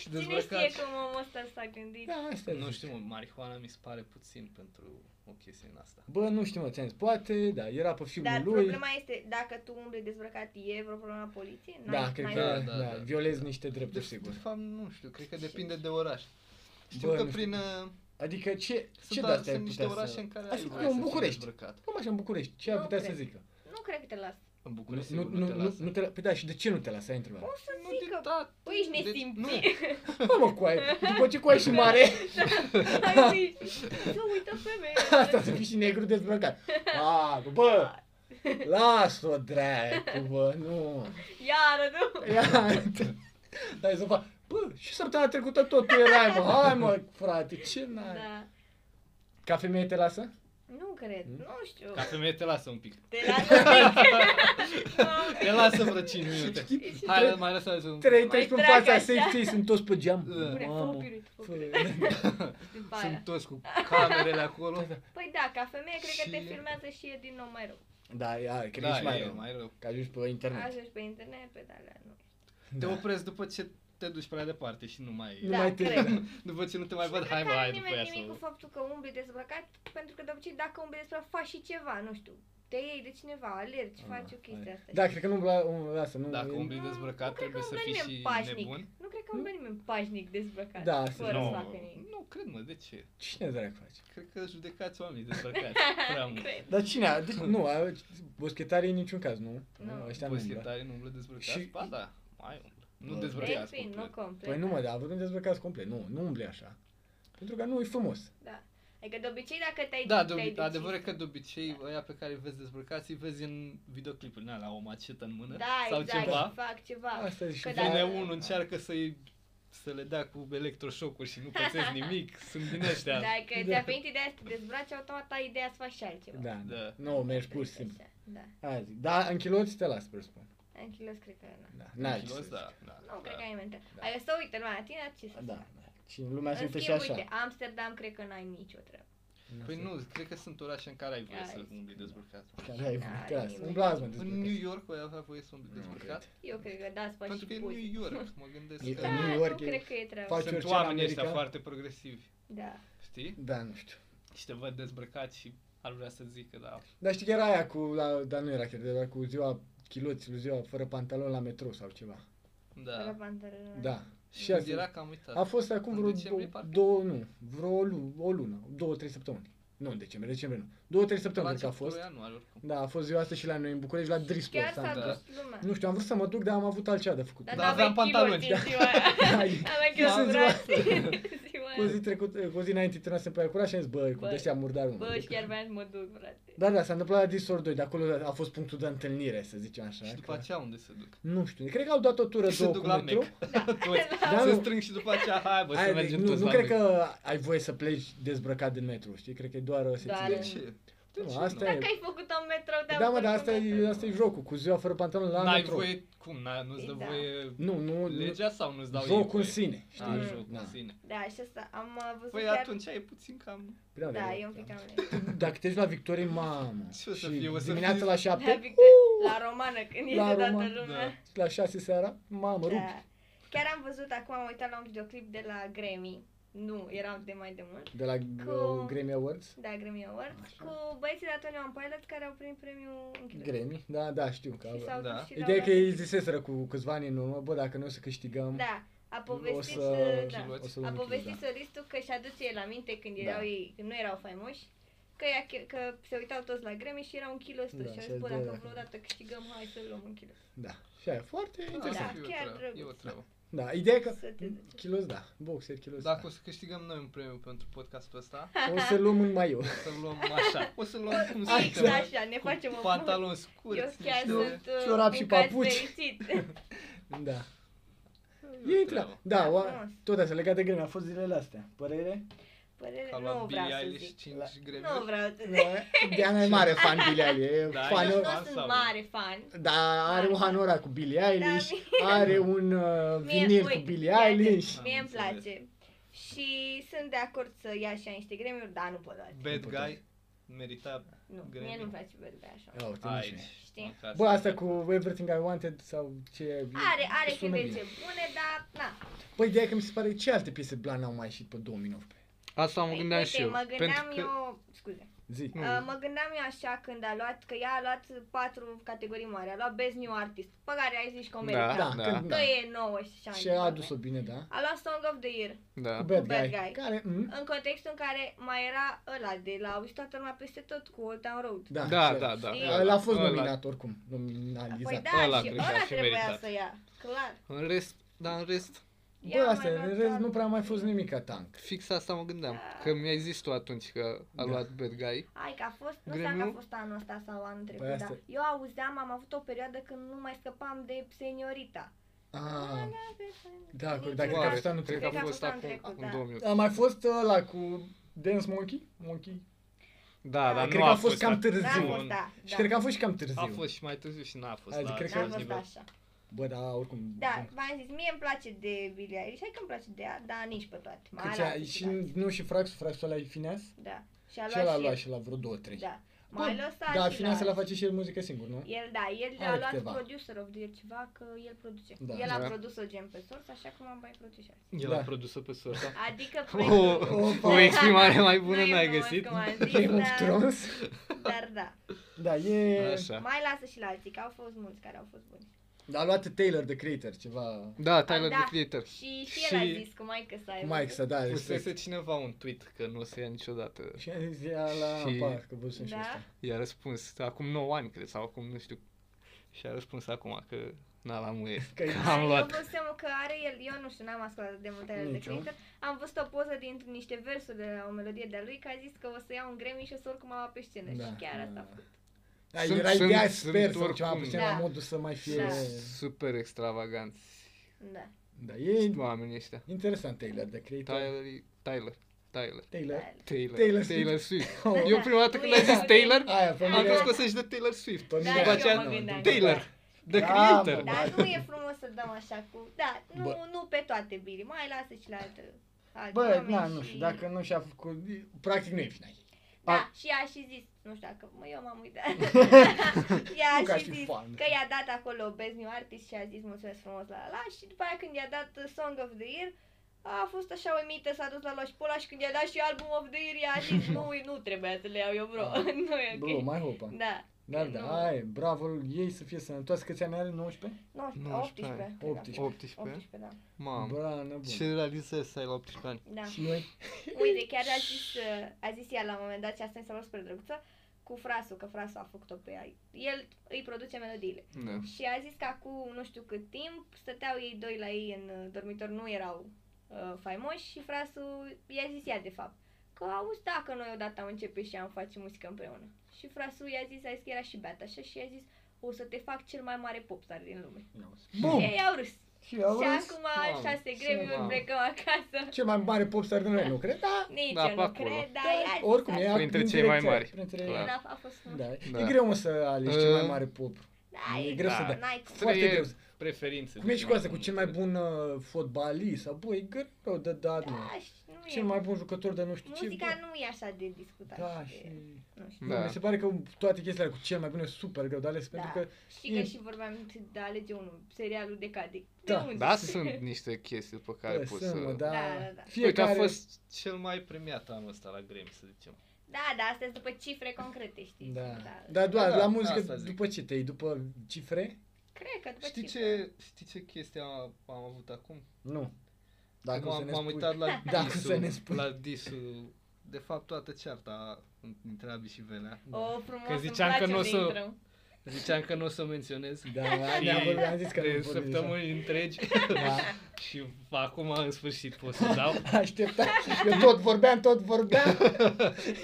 B: Și
D: Cine
B: dezbrăcat.
D: știe cum omul ăsta s-a gândit?
C: Da, asta
B: Nu
C: zic.
B: știu, mă, marihuana mi se pare puțin pentru o chestie în asta.
C: Bă, nu știu, mă, ți-am zis, poate, da, era pe filmul
D: Dar
C: lui.
D: problema este, dacă tu umbli dezbrăcat, e vreo problemă la poliție? N-ai-
C: Da, cred
D: n-ai-
C: că, da,
B: Da, da,
C: da,
B: da.
C: violezi niște drepturi,
B: De, de
C: sigur.
B: fapt, nu știu, cred că depinde de oraș. Știu
C: Bă,
B: că
C: nu știu.
B: prin... uh,
C: Adică ce, ce de
B: Sunt, da,
C: astea ai
B: sunt niște
C: putea
B: orașe
C: să...
B: în care
C: Așa
B: ai
C: cum
B: voie
C: e în
B: să fii
C: București.
B: dezbrăcat.
C: Cam așa în București, ce ar
D: Nu
C: putea să
D: cred.
C: zică?
D: Nu cred că te las.
B: În București
C: Nu,
B: sigur
C: nu,
B: te
C: nu,
B: lasă.
C: nu te la... Păi da, și de ce nu te lasă? Ai întrebat.
D: O să
B: Nu de
D: zică,
B: dat.
D: păi ești
B: de- Deci, nu.
D: nesimțit.
C: Bă, mă, cu aia, după ce cu aia și mare,
D: Ai zis, tu uită femeie.
C: [laughs] asta să fii și negru dezbrăcat. A, bă, las-o, dracu, bă, nu.
D: Iară, nu?
C: Ia, Dar să fac, bă, și săptămâna trecută tot tu erai, mă, hai mă, frate, ce n-ai?
D: Da.
C: Ca femeie te lasă?
D: Nu cred, nu știu.
B: Hmm? Ca femeie te lasă un pic.
D: Te lasă un pic.
B: [laughs] Te lasă vreo 5 minute. Hai, mai lăsați un...
C: Trei
D: Mai
C: treci în
D: trag
C: fața
D: așa.
C: secției, sunt toți pe geam.
B: Da.
D: Pune, fă
C: Mamă,
D: un piruit, fă un
C: fă-
D: piruit. După aia.
B: Sunt toți cu camerele acolo.
D: Păi da, ca femeie cred că te
B: Și-
D: filmează și e din nou mai rău.
C: Da, ia, cred că
B: Da,
C: ești mai
B: e
C: rău.
B: mai rău.
C: Că ajungi pe internet.
D: Ajungi pe internet, pe alea nu.
B: Te
C: Da.
B: opresc după ce te duci prea departe și nu mai...
C: Nu mai te-
D: Da, cred.
B: [laughs] După ce nu te mai
D: Și
B: văd,
D: nu
B: hai mă,
D: cred că
B: hai
D: are
B: după
D: nimeni
B: ea
D: nimic cu
B: să...
D: faptul că umbli dezbrăcat, pentru că de obicei dacă umbli dezbrăcat faci și ceva, nu știu. Te iei de cineva, alergi,
C: Ah,
D: faci o chestie
C: hai.
D: asta.
C: Da, cred că nu-mi la- nu-mi lasă, nu.
B: Dacă umbli
D: Nu,
B: dezbrăcat,
D: nu cred că
B: trebuie să
D: umblă
B: fii
D: nimeni
B: și
D: pașnic.
B: nebun.
D: Nu cred că umbli nimeni pașnic dezbrăcat.
C: Da, să-
D: fără să
B: Nu,
D: facă nimic.
B: nu cred mă, de ce?
C: Cine dracu face?
B: Cred că judecați oamenii dezbrăcați prea mult.
D: Cred.
C: Dar cine? a-
B: [laughs]
C: Deci, nu, a- boschetarii în niciun caz, nu?
D: Nu.
C: Ăștia nu umblă.
B: Boschetare nu umblă dezbrăcați?
C: Și-
B: Ba da, mai umblă. Nu
C: Bă.
B: dezbrăcați
D: Depinde, Deci, nu
B: complet.
D: complet. da.
C: Păi nu mă, dar vorbim dezbrăcați complet. Nu, nu umble așa. Pentru că nu e frumos.
D: Da. Adică de obicei dacă te-ai
B: Da, de
D: te-ai
B: obi-
D: decis-
B: adevărul e că de obicei ăia pe care îi vezi dezbrăcați îi vezi în videoclipuri, na, la o macetă în mână
D: Da,
B: sau
D: exact,
B: ceva.
D: fac ceva.
C: Asta e și
D: Că
C: da.
B: Vine
D: dacă-
B: unul, încearcă să-i să le dea cu electroșocuri și nu pățesc
D: [laughs]
B: nimic, sunt din ăștia.
D: Dacă
C: Da.
D: ți-a venit ideea să te dezbraci, automat ai ideea să faci și altceva.
C: Da, da.
B: Da.
C: Nu, mergi pur și
D: Așa,
C: simplu.
D: Da.
C: Aia zic. Da, în chiloți te las, presupun.
D: În kilos cred că nu.
C: Da, n-ai ce
B: Kilos,
C: să
B: da,
C: zici.
B: da,
D: Nu, cred că
B: da.
D: ai mentat.
C: Da.
D: Adică să uite lumea la tine, ce să
C: Da,
D: faci?
C: da. Și lumea se
D: În
C: uită și
D: schimb,
C: așa.
D: uite, Amsterdam cred că n-ai nicio treabă.
B: Păi nu, cred că sunt orașe în care ai voie
D: Ai.
B: să umbli dezbrăcat.
C: Care ai
D: Da,
C: da,
D: e-
C: Umblați, mă,
B: În New
C: dezbrăcați.
B: York voi avea voie să umbli
C: Nu
B: dezbrăcat?
D: Eu cred că dați faci
B: Pentru
D: Păi și
B: că e
D: poze.
B: New
D: [laughs]
B: York, mă gândesc
C: E-
B: că...
D: Da,
C: New York
D: nu
C: e-
D: cred că e treabă.
C: faci
B: Sunt
C: orice în
B: oamenii ăștia
C: America.
B: foarte progresivi,
D: Da.
B: știi?
C: Da, nu știu.
B: Și te văd dezbrăcat și ar vrea să zică, da,
C: Dar știi că era aia cu, la, dar nu era chiar, era cu ziua chiloților, ziua fără pantalon la metro sau ceva.
D: Fără
B: da.
D: pantaloni.
C: Da. Și azi,
B: Era că am uitat.
C: a fost acum
B: în
C: vreo
B: decembrie,
C: dou-
B: parcă?
C: două, nu, vreo lu- o lună, două, trei săptămâni. Nu în decembrie, decembrie nu. Două, trei
B: La
C: săptămâni cred că a
B: începutul
C: fost.
B: ianuarie, oricum.
C: Da, a fost ziua asta și la noi în București, la Drisport
D: Chiar
C: s-a
D: s-a
C: întâmplat.
D: dus lumea.
C: Nu știu, am vrut să mă duc, dar am avut altcea de făcut.
D: Dar
B: Da,
D: n-aveai
B: aveam
D: chiloți
B: pantaloni,
D: în
B: da.
D: ziua aia. Aveai
C: Eu sunt
D: chiloți în
C: ziua-
D: ziua
B: da.
C: Cu o
D: aia.
C: zi, trecut, cu o zi înainte turnasem pe acolo și am zis, bă, cu
D: Bă,
C: ăștia murdarul.
D: Bă, și chiar voiam să mă duc, frate.
C: Dar da, s-a întâmplat la Discord 2, de acolo a fost punctul de întâlnire, să zicem așa.
B: Și după
C: că-
B: aceea unde se duc?
C: Nu știu, cred că au dat o tură
B: Se
C: două
B: duc
C: cu
B: la
C: metro.
B: Mac. [laughs] Toți
C: Da,
B: se
C: nu.
B: strâng și după aceea, hai bă, să
C: Aia, deci,
B: mergem
C: nu,
B: toți
C: nu
B: la
C: cred
B: Mac.
C: că ai voie să pleci dezbrăcat din metro, știi? Cred că e doar o
D: Doar
B: De
C: secțiune.
D: în-
B: ce? De
C: Nu,
B: ce
C: asta
B: nu?
C: e.
D: Dacă ai făcut un metrou, te-am
C: Da, mă,
D: făcut
C: dar
D: un
C: asta e,
D: metrou.
C: asta e jocul, cu ziua fără pantaloni la
B: N-ai
C: metro.
B: voie, cum, n-ai- nu-ți dă
D: Da.
B: voie
C: Nu, nu, nu
B: legea sau nu-ți dau ei
C: jocul în
B: voie?
C: sine, știi?
B: A, jocul
C: Da.
B: în sine.
D: Da, și asta am uh, văzut
B: Păi
D: chiar...
B: atunci e puțin cam...
C: Prea
D: Da,
C: rău.
D: e un
C: [laughs]
D: pic cam
C: Dacă te duci Păi, la Victorie, mamă,
B: [laughs] Ce o să
C: și
B: fie? O să
C: dimineața
B: fie-
C: la
D: La,
C: 7,
D: Victor, la
C: [laughs]
D: romană, când
C: La
D: este toată
C: romană, da,
D: lumea.
C: la 6 seara, mamă, rup.
D: Da. Chiar am văzut, acum am uitat la un videoclip de la Grammy. Nu, erau de mai de mult.
C: De la uh, Grammy Awards.
D: Da, Grammy Awards.
C: Așa.
D: Cu băieții de Antonio One Pilot care au primit premiul Închilor.
C: Grammy, da, da, știu că
D: Și
C: au-
D: s-au
B: Da.
D: dus și
C: Ideea e
D: l-au
C: că ei ziseseră cu câțiva ani în urmă, bă, dacă noi o să câștigăm,
D: luat. Da, a
C: o
D: povestit,
C: să...
D: da.
B: Chiloți.
C: O să
D: A
C: luăm
D: povestit
C: chiloți,
D: solistul că și aduce el aminte când
C: Da.
D: erau ei, când nu erau faimoși, că, ea, che- că se uitau toți la greme și era un kilo sus
C: Da,
D: și a
C: și
D: zis,
C: a
D: bă,
C: zis, da,
D: dacă
C: da.
D: vreodată câștigăm, hai să luăm un kilo.
C: da. da. Și aia, e foarte
B: Da, o să
C: interesant.
B: fie o
D: chiar
B: treabă,
D: drăguț.
B: E o treabă.
C: Da, ideea e că...
D: Să te duci.
C: Kilos, da. Boxer, kilos.
B: Dacă o să câștigăm noi un premiu pentru podcastul ăsta,
C: da. o să luăm în maiu.
B: o să luăm așa. O să luăm cum
D: Fix [laughs]
B: suntem.
D: așa, Da, ne
B: cu
D: facem o
B: pantaloni
D: tá. Eu
B: scurți,
D: chiar sunt uh,
C: ciorap și
D: un caz
C: papuci. [laughs]
D: fericit.
C: Da.
B: E
C: E
B: o treabă.
C: treaba. Da,
D: Da,
C: o,
D: frumos.
C: tot asta, legat de greme, a fost zilele astea. Părere?
D: Părere,
B: Ca la
D: nu
B: Billie
D: vreau să
B: Eilish
D: zic.
B: 5 greme.
D: Nu vreau să zic. Deci
C: Nu, Diana e
D: [laughs]
C: mare fan Billie Eilish. E
B: Da,
C: fan,
B: e
D: Nu
B: fan.
D: sunt
B: sau-
D: mare fan.
C: da, are un hanora cu Billie Eilish, are un uh,
D: Da, Mie-
C: vinil
D: uite,
C: cu Billie
D: iată,
C: Eilish.
B: Am
D: Mie îmi
B: înțeles.
D: place. Și sunt de acord să ia și ea niște gremiuri, dar nu pot doar.
B: Bad
C: Nu putem.
B: guy merita
D: Nu, mie
B: Grammy.
D: nu-mi place vorba așa.
C: Ia uite, nu știu.
B: aici.
D: Știi?
B: măcar.
C: Bă, asta cu Everything I Wanted sau ce e,
D: Are, are
C: sună
D: câtece
C: bine.
D: bune, dar na.
C: Păi ideea e că mi se pare ce alte piese blan au mai ieșit pe 2019.
E: Asta mă
D: Păi,
E: gândeam
D: uite,
E: și eu.
D: Mă gândeam
E: pentru că...
D: eu, scuze,
C: Zi.
E: Nu.
D: Uh, mă gândeam eu așa când a luat, că ea a luat patru categorii mari, a luat Best New Artist, pe care ai zis că o merită.
E: Da,
C: Da,
E: da.
C: când-
D: Că
C: da.
D: e nouă și așa.
C: Și a adus-o bine, da?
D: A luat Song of the Year,
E: Da.
C: Cu Bad,
D: Cu Bad
C: guy,
D: Guy.
C: Care, mm,
D: în contextul în care mai era ăla de la și toată lumea peste tot cu Old Town Road.
C: da,
E: Da,
C: și-
E: da, da.
D: Știi?
C: El a fost
E: Ăla-
C: nominat oricum,
D: Păi
C: nominalizat.
D: da,
E: Ăla
D: și
E: cred că ar
D: ăla
E: fi
D: trebuia
E: meritat.
D: să ia, clar.
E: În rest, dar în rest,
C: Bă,
D: Ea a
C: asta,
D: mai
C: e,
D: luat
C: în rest
D: altul.
C: nu prea a mai fost nimic ca tank.
E: fix asta mă gândeam.
D: Da.
E: Că mi-ai zis tu atunci că a
C: Da.
E: luat Bad Guy.
D: Hai că a fost, nu știu
E: Gremiu?
D: dacă a fost anul ăsta sau anul trecut,
C: Păi
D: dar
C: asta-
D: eu auzeam, am avut o perioadă când nu mai scăpam de seniorita.
C: Ah, da,
D: Nici
C: cu- dacă
D: eu.
C: a fost anul
E: cred
C: trecut.
E: că a
D: Cred că
E: fost
D: a fost anul
E: acum,
D: trecut,
E: acum
D: da.
E: 2000.
C: A mai fost ăla cu Dance Monkey? Monkey?
E: Da, dar nu
C: Cred că a fost
E: atât.
C: cam târziu.
D: Da, a fost,
E: Da.
D: da,
C: Și
D: da.
C: cred că a fost și cam târziu.
B: A fost și mai târziu și n-a fost.
C: Adică
B: la
C: cred că-
D: N-a
B: același
D: fost
B: nivel.
D: așa.
C: Bă, da, oricum.
D: Da,
C: bun.
D: v-am zis, mie îmi place de Billie Eilish, hai că îmi place de ea, dar nici pe toate. Mai
C: Că
D: ales
C: ți-a-
D: pe
C: și
D: toate.
C: nu și Fraxul, Fraxul ăla e fineas?
D: Da. Și a
C: Și ăla a
D: luat
C: luat
D: și
C: și la vreo două,
D: el.
C: trei.
D: Da.
C: Bă,
D: Mai lăsat
C: Da,
D: și
C: fineas
D: la...
C: ăla face și el muzică singur, nu?
D: El, da, el
C: Are
D: a luat
C: câteva.
D: producer of the year ceva, că el produce.
C: Da.
D: el a
E: Da.
D: produs-o gen pe source, așa cum am mai produs și alții.
E: El
C: Da.
E: a produs-o pe
C: [laughs]
E: sursa.
D: Adică
E: [laughs] O,
D: proiectul...
E: o exprimare mai bună
D: Nu e
E: n-ai
D: frumos
E: găsit?
D: cum
C: [laughs]
D: am zis,
C: Game of
D: dar-
C: Thrones?
D: Dar da,
C: Da, e...
E: Așa.
D: mai lasă și la alții, că au fost mulți care au fost buni.
C: A luat Taylor de Creator, ceva...
E: Da, Tyler,
D: da.
E: the Creator.
D: Și și el a
B: Și-
D: zis cu maică sa e
C: Mike să da,
E: Pusese
C: respect.
E: cineva un tweet că nu o să ia niciodată.
C: Și a zis ea la
E: Și-
C: par, că văzusem și
D: Da.
C: asta.
E: I-a răspuns acum 9 ani, cred, sau acum nu știu. Și a răspuns acum că na la muie.
C: Că e-
E: Am
D: Eu
E: luat.
D: văzusem că are el, eu nu știu, n-am ascultat de multe ale de
C: Nici eu.
D: Clinton. Am văzut o poză din niște versuri de la o melodie de-a lui, că a zis că o să ia un Grammy și o să urc mama pe scenă.
C: Da.
D: Și chiar asta a făcut.
C: Da,
E: Sunt-
C: era
E: sunt-
C: ideea,
E: sunt
C: sper, sau ceva,
E: oricum.
C: puțin la
D: Da.
C: modul să mai fie...
D: Da.
E: Super extravaganți
D: Da.
C: Da, e
E: oamenii ăștia.
C: interesant Taylor de Creator.
E: Tyler, e- Tyler, Tyler,
C: Taylor.
E: Taylor,
C: Taylor
E: Taylor,
C: Swift. [laughs] Oh.
E: Swift.
D: Da,
E: Eu
D: da.
E: prima dată când
D: Nu
E: ai
D: era
E: zis
D: ok.
E: Taylor,
C: Aia, pe
E: am
C: mine...
E: crezut că o să-și dă Taylor Swift.
C: Pe mine
D: Da,
E: după
D: eu
E: aceea,
D: mă gândeam.
E: Taylor, The
C: Da,
E: Creator.
C: mă.
D: Dar nu e frumos să dăm așa cu... Da, nu,
C: Bă.
D: nu pe toate, Billy. Mai lasă și la alte. alți
C: Bă,
D: oameni
C: na, nu
D: și-
C: știu, dacă nu și-a făcut... Practic nu e final.
D: Da,
E: A-
D: și ea a și zis, nu știu dacă, mă, eu m-am uitat.
C: [laughs]
D: ea
C: Nu că
D: a
C: aș
D: și
C: fi
D: zis
C: fan.
D: că i-a dat acolo Best New Artist și a zis mulțumesc frumos la la la și după aia când i-a dat uh, Song of the Year, a fost așa uimită, s-a dus la Loș Pola și când i-a
C: [laughs]
D: dat și Album of the Year, i-a zis, [laughs] nu, nu trebuia să le iau eu vreo, nu e ok.
C: Bro, mai hopa.
D: Da,
C: Da,
D: Că nu-
C: da, aia, e, bravo ei să fie sănătoasă, câți ani are? 19?
D: 19,
E: 19,
D: 18, cred,
C: 18.
D: 18,
E: 18?
D: 18 da.
E: Mamă,
C: Bra, nebun.
E: ce realizezi să ai la 18 ani?
D: da.
C: Și noi?
D: Uite, chiar a zis, uh, a zis ea la un moment dat și asta mi s-a luat super drăguță, cu frasul, că frasul a făcut-o pe ea. El îi produce melodiile.
E: Da.
D: Și a zis că acum nu știu cât timp stăteau ei doi la ei în uh, dormitor, nu erau uh, faimoși și frasul i-a zis ea de fapt că auzi dacă noi odată am început și am face muzică împreună. Și frasul i-a zis, a zis că era și beat așa și i-a zis o să te fac cel mai mare popstar din lume.
C: Bum!
D: Și ei au râs.
C: Și au
D: și
C: râs.
D: acum
E: mamă,
D: șase
C: și
D: gremiuri
E: mamă.
D: plecăm acasă.
C: Cel mai mare popstar din lume, nu cred? Da,
D: Nici
E: Da,
D: eu
E: pe
D: nu
E: acolo.
D: cred, dar
C: da,
D: da,
C: oricum e
D: e
E: Printre
C: printre
E: cei mai
C: țări,
E: mari.
C: Printre...
E: Clar.
D: Da, a fost mult.
C: Da.
E: Da.
C: E greu mă să alegi cel mai
E: Uh,
C: mare pop.
D: Da,
C: E
D: e
C: greu
D: greu
E: să
D: să
E: dai.
D: n-ai cum.
C: Foarte
E: e-
C: greu.
B: Preferințe.
C: Cum ești cu asta, cu cel mai bun uh, fotbalist? Sau, bă, e greu de dat, mă.
D: Da, și nu
C: Cel
D: e.
C: mai bun jucător de nu știu ce.
D: Muzica
C: bă.
D: nu e așa de discutat.
C: Da,
D: e-
C: și...
D: Nu știu.
C: Da.
E: Da.
C: mi se pare că toate chestiile alea cu cel mai bun e super greu de ales,
D: Da.
C: pentru că
D: Și că
C: e-
D: și vorbeam de alege unul, serialul de Cadic.
C: Da.
D: De unde?
E: Da, sunt niște chestii pe care
C: bă,
E: poți
C: să, mă,
E: să...
C: da.
D: Da, da, da.
B: uh, Uite, a
C: Fiecare...
B: fost cel mai premiat anul ăsta la Grammy, să zicem.
D: Da, da, astea sunt după cifre concrete, știi?
C: Da.
D: da.
C: Dar doar
B: Da,
C: la
B: da,
C: muzică,
B: asta zic.
C: după ce te iei? După cifre?
D: Cred că după
B: Știi
D: cifre.
B: ce, știi ce chestie am, am avut acum?
C: Nu. Dacă o să
B: m-am,
C: ne
B: m-am
C: spui-
B: uitat la
C: Dacă
B: disul,
C: să ne spui.
B: la disul, de fapt toată cearta între Abi și Venea.
D: O, frumos,
B: Că
D: îmi
B: ziceam că
D: place
B: nu o
D: unde
B: să-
D: intrăm.
B: Ziceam că nu o să menționez.
C: Da, ne-am vorbit, am zis că
B: de
C: nu vorbim
B: săptămâni
C: [laughs]
B: întregi
C: Da.
D: [laughs]
B: și acum în sfârșit pot să dau. [laughs]
C: Așteptam. Eu tot vorbeam, tot [laughs] vorbeam.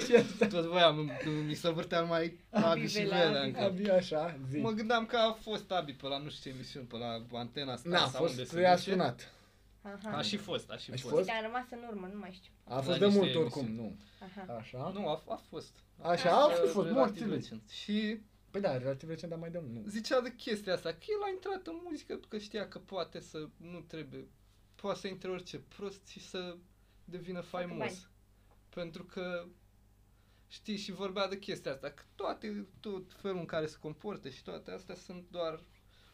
C: și asta.
B: Tot voiam, mi se vârtea mai Abi și
D: Velea,
B: Venea în cap.
C: Abia așa, zi.
B: Da, Mă gândeam că a fost Abi pe la nu știu ce emisiuni, pe la Antena Star
C: N-a
B: sau unde
C: fost,
B: se
C: a
B: duce.
C: sunat.
D: Aha.
B: A și fost, a și
C: A și
B: fost.
C: fost?
D: Dar am rămas în urmă, nu mai știu.
C: A fost
B: La
C: de
B: niște
C: mult oricum,
B: emisiuni.
C: nu.
D: Aha.
C: Așa.
B: Nu, a, a fost.
C: Așa, a fost, fost
B: Relativ
C: morți lui.
B: recent. Și
C: Păi da, relativ recent, dar mai de mult, nu.
B: zicea de chestia asta, că el a intrat în muzică că știa că poate să nu trebuie, poate să intre orice prost și să devină
D: facă
B: faimos. Pentru că știi și vorbea de chestia asta, că toate, tot felul în care se comportă și toate astea sunt doar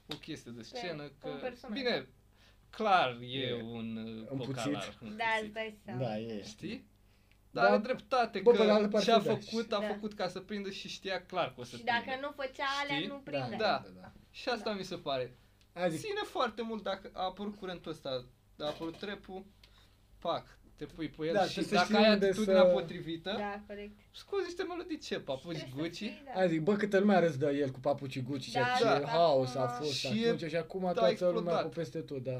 B: o chestie de scenă. Că,
D: un personaj.
B: bine, clar e,
C: E
B: un, uh,
C: împuțit.
B: vocalar,
D: Da,
B: împuțit.
D: îți dai seama.
C: Da, e.
B: Știi?
C: Da.
B: Dar are dreptate
C: Bă, pe
B: că
C: la altă parte,
B: ce a
C: da.
B: făcut, a
D: Da.
B: făcut ca să prindă și știa clar că o să
D: Și dacă
B: prindă.
D: nu făcea alea,
B: Știi?
D: nu prindea.
B: da.
C: da.
B: Și asta mi se pare.
C: Hai zic,
B: Ține foarte mult dacă a apărut curentul ăsta, a apărut trepul, pac, te pui pe el
C: Da,
B: și
C: trebuie să
B: dacă
C: știi
B: ai
C: unde
B: atitudinea
C: să-
B: potrivită, da.
D: Da, corect.
B: scozi niște melodii ce, papuci
D: Trebuie să
B: Gucci,
D: fii, da.
C: Hai zic, bă, câtă lumea râs de el cu papuci Gucci și
D: Da,
C: ce
B: da.
C: haos a
D: Acum-
C: fost
B: Și e-
C: atunci și acum
B: da,
C: toată
B: explodat.
C: lumea cu peste tot, da.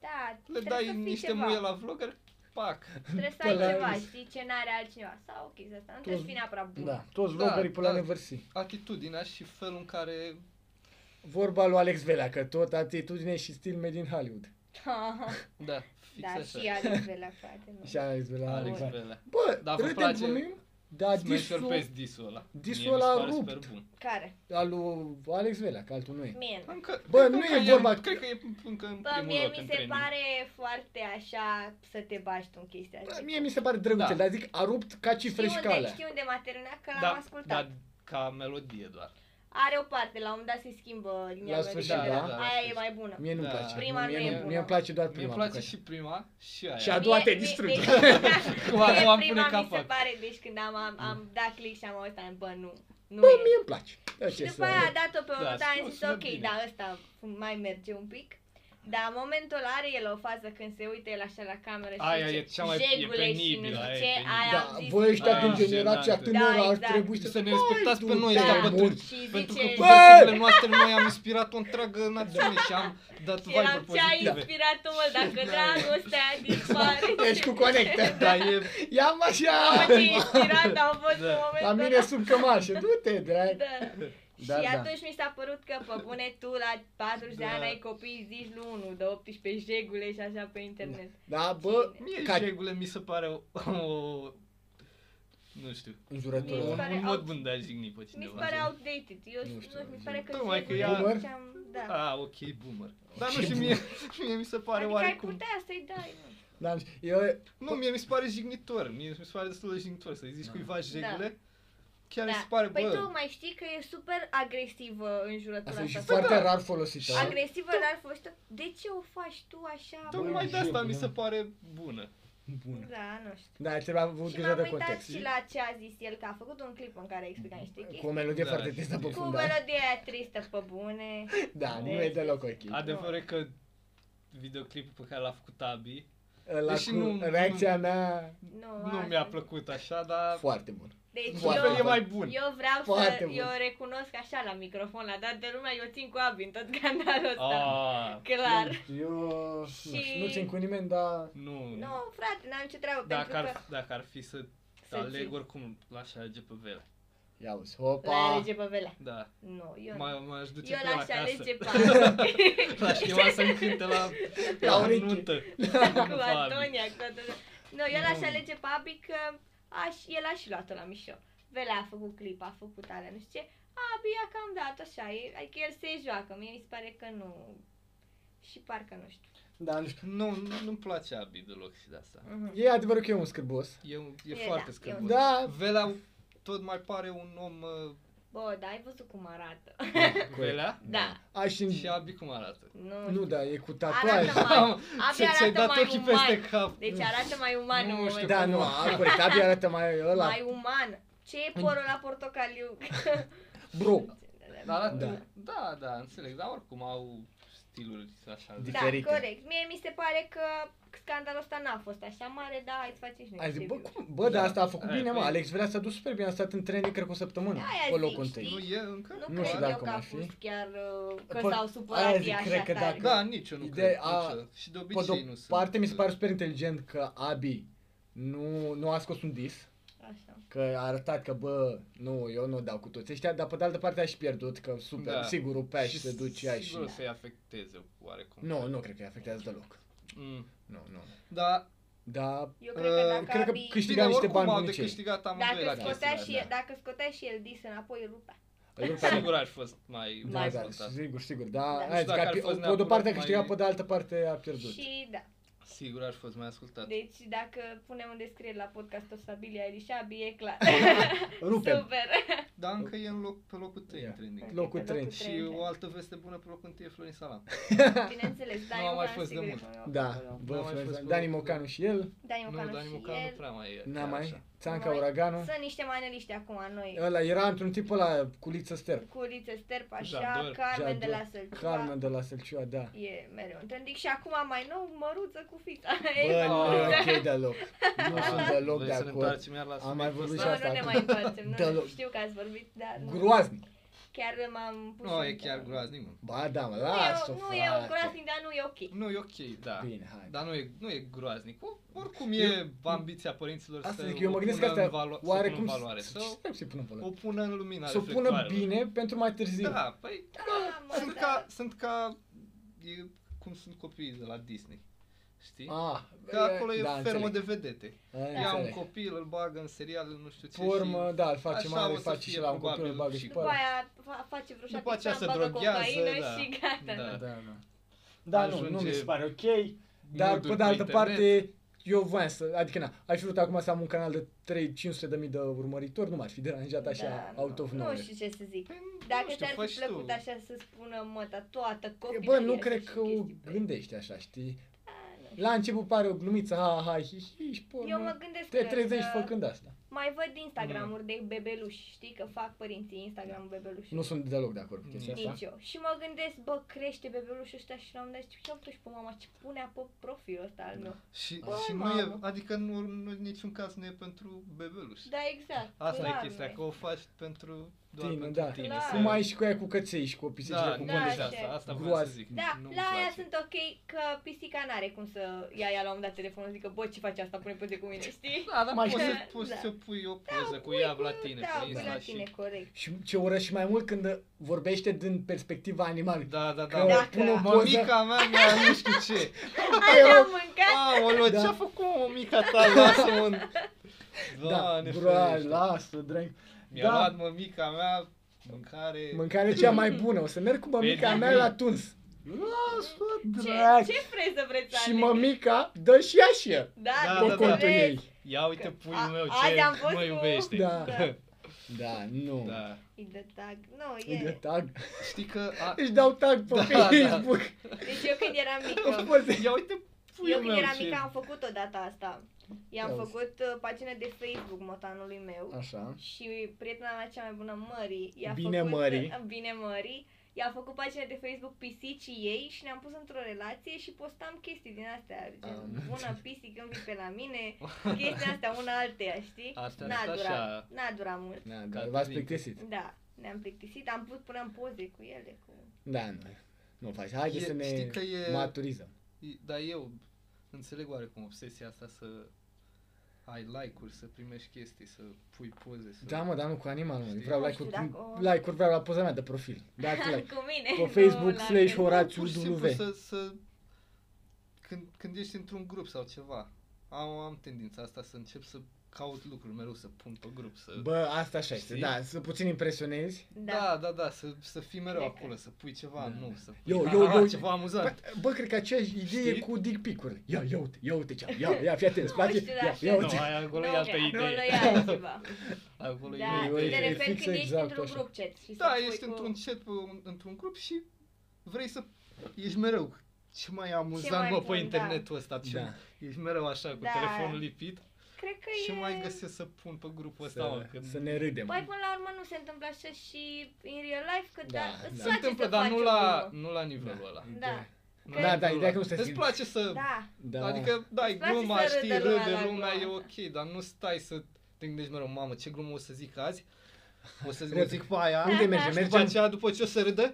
D: Da,
B: le
D: trebuie să
B: dai
D: fii
B: niște
D: ceva.
B: muie la vlogger, pac.
D: Trebuie să
C: Pe
D: ai
C: la-
D: ceva, știi, ce n-are altcineva. Sau ok, asta nu trebuie să fii neapărat bun. [laughs]
C: Da, toți
B: Da,
C: vloggerii pe la
B: da.
C: nevărsi.
B: Atitudinea și felul în care...
C: Vorba lui Alex Velea, că tot atitudine și stil made in Hollywood.
B: Da, fix
D: da,
B: așa.
D: și Alex Velea, frate, nu.
C: Și Alex Velea.
B: Alex
C: Velea.
B: Belea.
C: Bă,
B: Da, vă
C: râdem,
B: place
C: glumim, dar
B: Smash
C: exact.
B: or
C: disul
B: Pass disul ăla.
C: disul
B: Mie mi se
C: ăla
B: pare
C: rupt.
B: super bun.
D: Care?
C: al lui Alex Velea, că altul nu e.
D: Mie nu.
B: Încă,
C: Bă,
B: cred
C: nu
B: că
C: e vorba-
B: Cred că e încă în
D: Bă,
B: primul
D: mie
B: loc în
D: mi se
B: trending.
D: pare foarte așa să te bași tu în chestia
C: Bă,
D: asta.
C: Mie mi se pare drăguțel,
B: Da.
C: dar zic a rupt ca cifre
D: știu
C: și
D: unde,
C: calea.
D: știu unde m-a terminat, că
B: da,
D: l-am ascultat.
B: Dar ca melodie doar.
D: Are o parte, la un dat se schimbă
C: La
D: linia melodică,
C: sfârșit, da.
B: Da, la
D: Aia e
B: sfârșit.
D: mai bună.
C: Mie nu-mi
B: Da.
C: place.
D: Prima
C: mie,
D: nu e
C: mie,
D: bună.
C: mie îmi place doar
B: Mie
C: Da, prima.
B: îmi place
C: bucată.
B: și prima și aia.
C: Și a doua
D: Mie-
C: te
D: mie-
C: [laughs] distruge.
D: Deci,
B: Cum acum
D: mie
B: am pune
D: prima mi se
B: capac.
D: pare, deci când am, am, am dat click și am auzit, bă, nu. Nu
C: Bă,
D: e.
C: mie îmi place. Da,
D: Și
C: ce
D: după
C: să-
D: aia a dat-o pe
B: Da,
D: unul, dar am
B: nu,
D: zis
B: sună
D: ok,
B: bine.
D: da, ăsta mai merge un pic. Dar în momentul ăla are el o fază când se uită el așa la cameră și
B: Aia
D: zice,
B: e cea mai- e
D: "Jegule" și nu
B: penibilă, aia e
D: știu ce,
B: penibilă.
D: aia
C: Da,
D: am zis,
C: voi ăștia
B: Aia
C: din
B: e
C: generația
B: jenantă.
C: tânără
D: Da,
C: ar
D: exact.
C: trebui să...
B: Să ne respectați pe noi,
C: Da.
B: ăștia bătrâni.
D: și zice,
B: Pentru că cu
C: Bă!
B: versurile noastre noi am inspirat o întreagă națiune și am dat vibe
D: eram cea
B: pozitive.
D: inspirată, mă,
B: [laughs]
D: dacă dragostea dispare.
C: [laughs] Ești cu conecte.
B: Da, e...
C: Ia-mă așa!
D: Mamă, ce inspirat au fost
B: Da.
D: în momentul
C: La mine
D: ăla.
C: sub cămașă, du-te, drag!
D: Da.
C: Da,
D: și
C: da.
D: atunci mi s-a părut că, pe bune, tu la 40 de
B: Da.
D: ani ai copii, zici nu unul de 18 jegule și așa pe internet.
C: Da, bă,
B: Mie
C: Ca-
B: Ca... regulă mi se pare o... o- Nu știu.
D: Mi se
C: înjurătură.
D: pare
B: Un mod
D: out-
B: bun de a jigni pe cineva.
D: Mi se pare outdated. Eu
C: Nu știu,
D: nu știu, mi se pare că
B: Tocmai că
D: jegule
B: ea-
D: ziceam, da.
B: A, ok, boomer. Dar nu știu, mie, [laughs] mie mi se pare
D: adică ai
B: oarecum...
D: putea să-i dai, nu?
C: Da, eu,
B: Nu, mie mi se pare jignitor. Mie mi se pare destul de jignitor să-i zici cuiva jegule. Chiar mi se pare, bă...
D: păi tocmai știi că e super agresivă în jurătura
C: asta e și
D: asta.
C: foarte Da. rar folosită.
D: Agresivă, dar fostă. De ce o faci tu așa?
C: Tocmai
D: bă?
B: Tocmai de asta
C: jegul,
B: mi
C: da.
B: se pare bună.
C: bună.
D: Da, nu știu.
C: Da, trebuie avut
D: Și
C: grijă
D: m-am
C: de
D: uitat
C: context.
D: și la ce a zis el, că a făcut un clip în care a explicat niște
C: Cu o
D: chestii.
C: melodie
B: Da,
C: foarte
B: și
C: tristă
B: cu
C: pe
D: Cu
C: fundal.
D: melodia aia tristă pe bune.
C: Da, nu
D: Deci-
C: e deloc ok.
B: Adevărul e că videoclipul pe care l-a făcut Abi
C: La
B: Deși
C: cu
B: nu-
C: reacția mea
D: Nu,
B: nu
D: asta-
B: mi-a plăcut așa, dar
C: foarte bună.
D: Deci
C: Foarte
B: altfel e
D: eu,
B: mai bun.
D: eu vreau
C: Foarte
D: să,
C: bun.
D: eu recunosc așa la microfon, la dat de lumea, eu țin cu Abi în tot canalul ăsta.
B: Ah,
D: Clar.
C: Eu nu
D: Și-
C: știu, nu țin cu nimeni, dar
B: nu.
D: Nu, frate, n-am nicio treabă,
B: Dacă
D: pentru că
B: ar, dacă ar fi să
D: Da, să
B: aleg
D: ții.
B: oricum l-aș alege pe Vela.
C: ia uzi,
D: La
C: hopa.
D: alege pe Vela.
B: Da.
D: Nu, eu nu.
B: M- m-aș duce
D: Eu
B: pe la
D: l-aș
B: casă.
D: [laughs] alege pe
B: L-aș chema să-mi cânte la,
C: [laughs] La
B: la,
C: ureche.
D: [laughs]
B: nuntă.
D: cu
B: Nu, Fabi.
D: Antonia, cu Antonia. Nu, eu l-aș alege pe Abi că aș, el aș fi luat-o la mișto. Vela a făcut clip, a făcut alea, nu știu ce. Abi a cam dat așa, e, adică el se joacă, mie mi se pare că nu. Și parcă nu știu.
C: Da, nu știu.
B: Nu, nu- nu-mi place Abi deloc și de asta.
D: Mhm.
C: E adevărul că e un scârbos.
B: E, un- e,
D: E,
B: e
D: da,
B: foarte
D: e un-
B: scârbos.
C: Da.
B: Vela tot mai pare un om...
C: [laughs]
B: uh,
D: Bă, dar ai văzut cum arată.
B: Vela?
D: Da,
C: Aș
B: Și Abi cum arată?
D: nu.
C: Nu, da, e cu
D: Arată
C: tatuaj.
D: mai-
B: [laughs] Mamă,
D: Abi
B: ți- ți-ai
D: arată
B: dat
D: mai
B: ochii
D: uman.
B: peste cap.
D: Deci arată mai uman
B: Nu
D: în
B: știu.
D: momentul
C: Da, nu, a, corect, abia arată mai ăla.
D: Mai uman. Ce e porul la portocaliu?
C: Bro.
B: Dar arată,
C: [laughs] Da.
B: da. da, da, înțeleg, dar oricum au stiluri așa.
C: Di-
D: Da,
C: diferite.
D: corect. Mie mi se pare că scandalul ăsta n-a fost așa mare, dar hai să facem și noi
C: Ai zis, bă,
D: review.
C: cum? Bă, dar asta a făcut
B: Aia,
C: bine, mă.
B: păi-
C: Alex Vrea s-a dus super bine, a stat în training, cred că o săptămână,
D: Aia
C: pe
D: zic,
C: locul întâi.
D: știi?
B: Nu e încă?
D: Nu,
C: Nu
D: cred
C: știu dacă
D: eu că a
C: mai fi.
D: fost chiar uh, că
C: Păi,
D: s-au supărat
C: aia zic,
D: ei
C: cred
D: așa
C: că
D: tare.
C: dacă-
B: Da, nici eu nu
C: Ideea-
B: cred.
C: a-
B: nici eu. Și de
C: Pe
B: obicei
C: de
B: nu
C: o
B: sunt. uh,
C: parte mi se pare super inteligent că Abi nu, nu a scos un dis,
D: Așa.
C: că a arătat că bă, nu, eu nu dau cu toți ăștia, dar pe de altă parte aș pierdut, că super,
B: Da.
C: sigur rupea și te ducea și...
B: Sigur o să-i afecteze oarecum.
C: Nu, nu cred că îi afectează deloc.
B: Mm.
C: Nu, nu.
B: Da, [laughs]
C: Dar
D: Eu cred că
B: Uh,
D: dacă
C: cred că
D: Abi-
C: câști-
B: bine,
C: Câștiga niște
B: oricum
C: bani
B: au de
C: bunicei.
B: câștigat amândoi la
D: dacă scotea,
B: chestia
D: și el,
C: da.
B: asta.
D: dacă scotea și el dis înapoi, rupea.
C: îl
B: Da.
C: rupea
B: Sigur ar fi fost mai
C: da,
B: mai
C: da,
B: contat.
C: sigur, sigur, da,
D: Da.
C: aia zic,
B: Dacă
C: a
B: ar
C: pi-
B: fost
C: pe de o
B: neapărat
C: parte a
B: mai-
C: câștigat, pe de altă parte a pierdut. Da.
D: Și da.
B: Sigur ar fi fost mai ascultat.
D: Deci dacă punem în descriere la podcastul ăsta Billie Eilish, Abi e clar.
C: [laughs] Rupem.
D: Super.
B: Dar încă e în loc, pe locul tău
C: Ia.
B: în trending.
C: Locul
D: Pe
C: trend.
B: Și o altă veste bună pe locul întâi e Florin Salam.
D: Bineînțeles, da,
B: Nu
D: eu
B: a mai
D: vreau
B: fost
D: să
B: de
D: cred
B: mult.
D: că mi-au fost
C: Da,
D: acolo.
C: bă,
B: N-a mai
C: Florin-
B: fost
C: Dani
B: pe-
C: Mocanu și el,
D: Dani
B: Nu,
D: Mocanu
B: Dani
D: și
B: Mocanu nu
D: el.
B: prea mai e.
C: n-a
B: chiar
C: mai,
B: așa.
C: Țanca
D: Mai-
C: Uraganu.
D: Sunt niște maneliști acum noi.
C: Ăla era într-un tip ăla culiță ster.
D: Cu Liță Sterp, așa,
B: Jador.
D: Carmen de la
C: Jador.
D: Sălciua.
C: Carmen de la Selciua, da.
D: E mereu un trending și acum mai nou, măruță cu fița. [laughs]
C: Bă, nu
B: nu.
C: e ok deloc. Nu
D: Da.
B: Ah,
C: sunt deloc
B: vrei
C: de
B: să ne
C: acord.
B: întoarcem iar la
C: Am
B: subiectul
C: mai vorbit
D: nu,
B: ăsta?
C: și asta
D: nu ne mai întoarcem, nu,
C: Deloc.
D: nu știu că ați vorbit, dar nu.
C: Groaznic.
D: Chiar m-am pus
B: Nu,
D: în-
B: e chiar groaznic, mă.
C: Ba da, mă,
D: Nu e,
C: las-o,
D: nu e
C: frate.
D: un groaznic, dar nu e ok.
B: Nu, e ok, da.
C: Bine, hai.
B: Dar nu e, nu e groaznic. O- Oricum e ambiția părinților
C: Asta
B: să
C: zic, eu mă
B: o
C: gândesc că
B: pună
C: astea
B: în valo- să pună în
C: oarecum
B: valoare.
C: să-
B: Să
C: să-i pună în
B: o
C: valoare.
B: pună în lumina
C: Să o pună
B: reflectoarelor.
C: bine pentru mai târziu.
B: Da, păi
D: Da, mă,
B: sunt,
D: da.
B: Ca, sunt ca e, cum sunt copiii de la Disney. Știi?
C: Ah,
B: Că acolo e
C: da,
B: fermă
C: înțeleg.
B: de vedete.
C: Ah,
B: Ia un
C: înțeleg.
B: copil, îl bagă în serial, în nu știu ce
C: Pe urmă,
B: și...
C: da, îl face
B: Așa
C: mare,
B: o să
C: face
B: fie
C: și la un copil,
B: probabil
C: îl bagă și
B: și
C: pe
D: După
C: ăla.
D: aia fa- face vreo șapte
B: După aceea
D: ani,
B: se
D: bagă
B: droghează,
D: cocaină
B: da.
D: și gata.
B: Da.
D: Da.
C: Da, da. Da, nu, nu
B: Ajunge-
C: mi se pare ok, dar
B: moduri
C: pe de altă
B: internet.
C: parte, eu voiam să, adică na, aș fi vrut acum să am un canal de 3 500 de mii de urmăritori, nu m-ar fi deranjat așa,
D: Da, nu.
C: Da, out of
D: Nu
C: nowhere.
D: știu ce să zic.
B: Păi, nu
D: Dacă
B: știu,
D: ți-ar
B: fă
D: fi
B: și
D: plăcut
B: tu.
D: așa să spună măta toată
C: E,
D: copilăria
C: bă, nu
D: și
C: cred
D: așa
C: că o
D: chestii pe-
C: gândești așa, știi?
D: A, nu știu.
C: La început pare o glumiță, ha, ha, hi, hi, și pe urmă
D: Eu mă gândesc
C: te
D: că
C: trezești
D: să-
C: făcând asta.
D: Mai văd Instagram-uri de bebeluși, știi că fac părinții Instagram bebeluși.
C: Nu sunt deloc de acord cu chestia
B: Nici
C: asta.
D: Nici eu. Și mă gândesc, bă, crește bebelușul ăsta și la un moment dat știu, uite și pe mama ce punea pe profilul ăsta al meu.
B: Și,
D: Bă,
B: și nu e,
D: mamă.
B: adică nu, nu, în niciun caz nu e pentru bebeluș.
D: Da, exact.
B: Asta
D: clar
B: e chestia, că o faci pentru doar
C: Tine,
B: pentru
C: da.
B: tine.
D: Clar.
B: să-
C: Cum ai și cu ea cu căței și cu pisicile
B: da,
C: cu
B: nu
D: Da,
B: da,
C: mânești.
D: și-
B: asta, asta vreau
C: Groaz-
B: să zic.
D: Da,
B: Nu-mi
D: la aia
B: place.
D: sunt ok că pisica n-are cum să ia ea la un moment dat telefonul zică, bă, ce faci asta, pune poze cu mine, știi?
B: Da, dar
C: Mai
B: poți
D: știu.
B: să, poți
D: Da.
B: să pui o poză cu
D: pui
B: ea la tine
D: Da,
B: pe
D: pui la
B: Insta
D: tine,
B: și...
D: corect.
C: Și ce urăsc și mai mult când vorbește din perspectiva animalului.
B: Da, da,
C: Că
B: da.
C: pun o poză,
B: Mămica mea mi-a nu știu
D: [laughs]
B: ce.
D: Așa am mâncat?
B: Aoleo,
C: Da.
B: ce-a făcut mă, mămica ta? Lasă-mă în...
C: da,
B: Doamne
C: bra,
B: ferește.
C: lasă, drag.
B: Mi-a
C: da.
B: luat mămica mea mâncare...
C: Mâncare cea mai bună, o să merg cu mămica mea la tuns. Lasă, drag.
D: Ce, ce freză vreți să
C: Și
D: aleg?
C: mămica dă și ea și ea.
D: Da,
B: Da,
C: Pe
B: da,
D: da, da,
B: da.
D: da,
C: contul ei.
B: Ia uite
D: A-
B: puiul meu
D: azi am
B: ce
D: fost
B: mă
D: cu-
B: iubește.
C: Da.
D: Da.
C: Da, nu. Da.
B: [laughs] Da.
D: Îi dă tag. Nu,
C: Îi dă
D: e.
C: tag.
B: Știi că...
C: [laughs]
B: A...
C: Își dau tag pe
B: Da,
C: Facebook.
D: Deci eu când eram mică,
C: [laughs] Poze.
B: Ia uite puiul
D: eu când
B: meu
D: eram
B: ce...
D: mică am făcut odată asta. I-am
C: Ia uzi.
D: făcut uh, pagină de Facebook motanului meu
C: Așa.
D: și prietena mea cea mai bună, Mării, i-a
C: Bine,
D: făcut,
C: Mării.
D: [laughs] Bine Mării, i-a făcut pagina de Facebook pisicii ei și ne-am pus într-o relație și postam chestii din astea, gen,
C: Am
D: una pisică când vii pe la mine, chestii astea, una alteia, știi?
B: Asta
D: n-a
B: arată
D: durat,
B: așa.
D: n-a durat mult.
C: Da,
B: Ca
C: da, v-ați
B: tine.
C: plictisit.
D: Da, ne-am plictisit, am pus până în poze cu ele, cu...
C: Da, nu. Nu faci. Haide
B: E-
C: să ne
B: știi că e-
C: maturizăm.
B: I- Dar eu înțeleg oarecum obsesia asta să ai like-uri, să primești chestii, să pui poze, să...
C: Da, mă, dar nu cu animal, mă.
B: Știi?
C: Vreau
D: Nu
C: like-uri,
D: știu
C: cu-
D: dacă o-
C: like-uri vreau la poza mea de profil.
D: [laughs]
C: Dați like.
D: cu mine.
C: Pe
D: nu
C: Facebook
D: la
C: slash
D: fel.
C: Horatiu.
B: Pur și
C: W.
B: simplu să, să când, când ești într-un grup sau ceva, am, am tendința asta să încep să caut lucruri mereu, să pun pe grup, să...
C: Bă, asta așa este.
B: Știi?
C: Da, să puțin impresionezi.
D: Da.
B: da, da, da, să, să fii mereu
D: Cred că-
B: acolo, să pui ceva
C: Da.
B: nu, să pui
C: Eu-
B: Ha,
C: eu-
B: ha,
C: eu-
B: ceva
C: Bă,
B: amuzant.
C: bă, cred că aceeași idee
B: Știi?
C: cu dick pic-urile. Ia, ia uite, ia uite ce Ia, ia, fii atent, îți
D: Nu
C: place?
D: știu,
C: Ia,
D: așa
C: ia
D: nu.
B: Nu,
C: uite.
B: aia acolo
D: Nu,
B: e altă
D: că Acolo
B: idee.
D: e altceva.
B: Acolo e
D: Da,
C: e
B: altă
C: o
D: te
C: idee
B: idee.
D: referi
C: fix
D: când ești
C: exact
D: într-un
C: așa.
D: grup chat și să
B: Da,
D: spui
B: ești
D: cu-
B: într-un chat, un- într-un grup și vrei să ești mereu ce mai amuzant,
D: mai
B: bă,
D: bun,
B: pe
D: da.
B: internetul ăsta. Ce
C: Da.
B: Ești mereu așa, cu
D: Da.
B: telefonul lipit
D: Cred că
B: și
D: e...
B: mai găsesc să pun pe grupul ăsta, mă,
C: Să,
B: păi că
C: să ne râdem.
D: Păi până la urmă nu se întâmplă așa și în real life, că
C: Da,
D: da,
C: da.
D: îți
B: se
D: place
B: întâmplă,
D: să
B: dar
D: faci
B: nu
D: o
B: la,
D: glumă.
B: nu la nivelul ăla.
D: Da.
B: Nu
D: Că-
B: la
C: Da, da,
B: nivelul
C: ideea
B: ăla.
C: că nu se
B: Îți
C: simte.
B: place să...
D: Da,
C: Da.
B: Adică, dai
D: Îți place
B: gluma,
D: să
B: știi,
D: râdă lumea
B: râde
D: la
B: lumea, e
D: glumă,
B: ok, dar nu stai să te gândești mereu, mamă, ce glumă o să zic azi? O să zic,
C: Râd.
B: o zic pe aia.
C: Unde mergem?
B: Și după
C: Mergem
B: aceea, după ce o să râdă,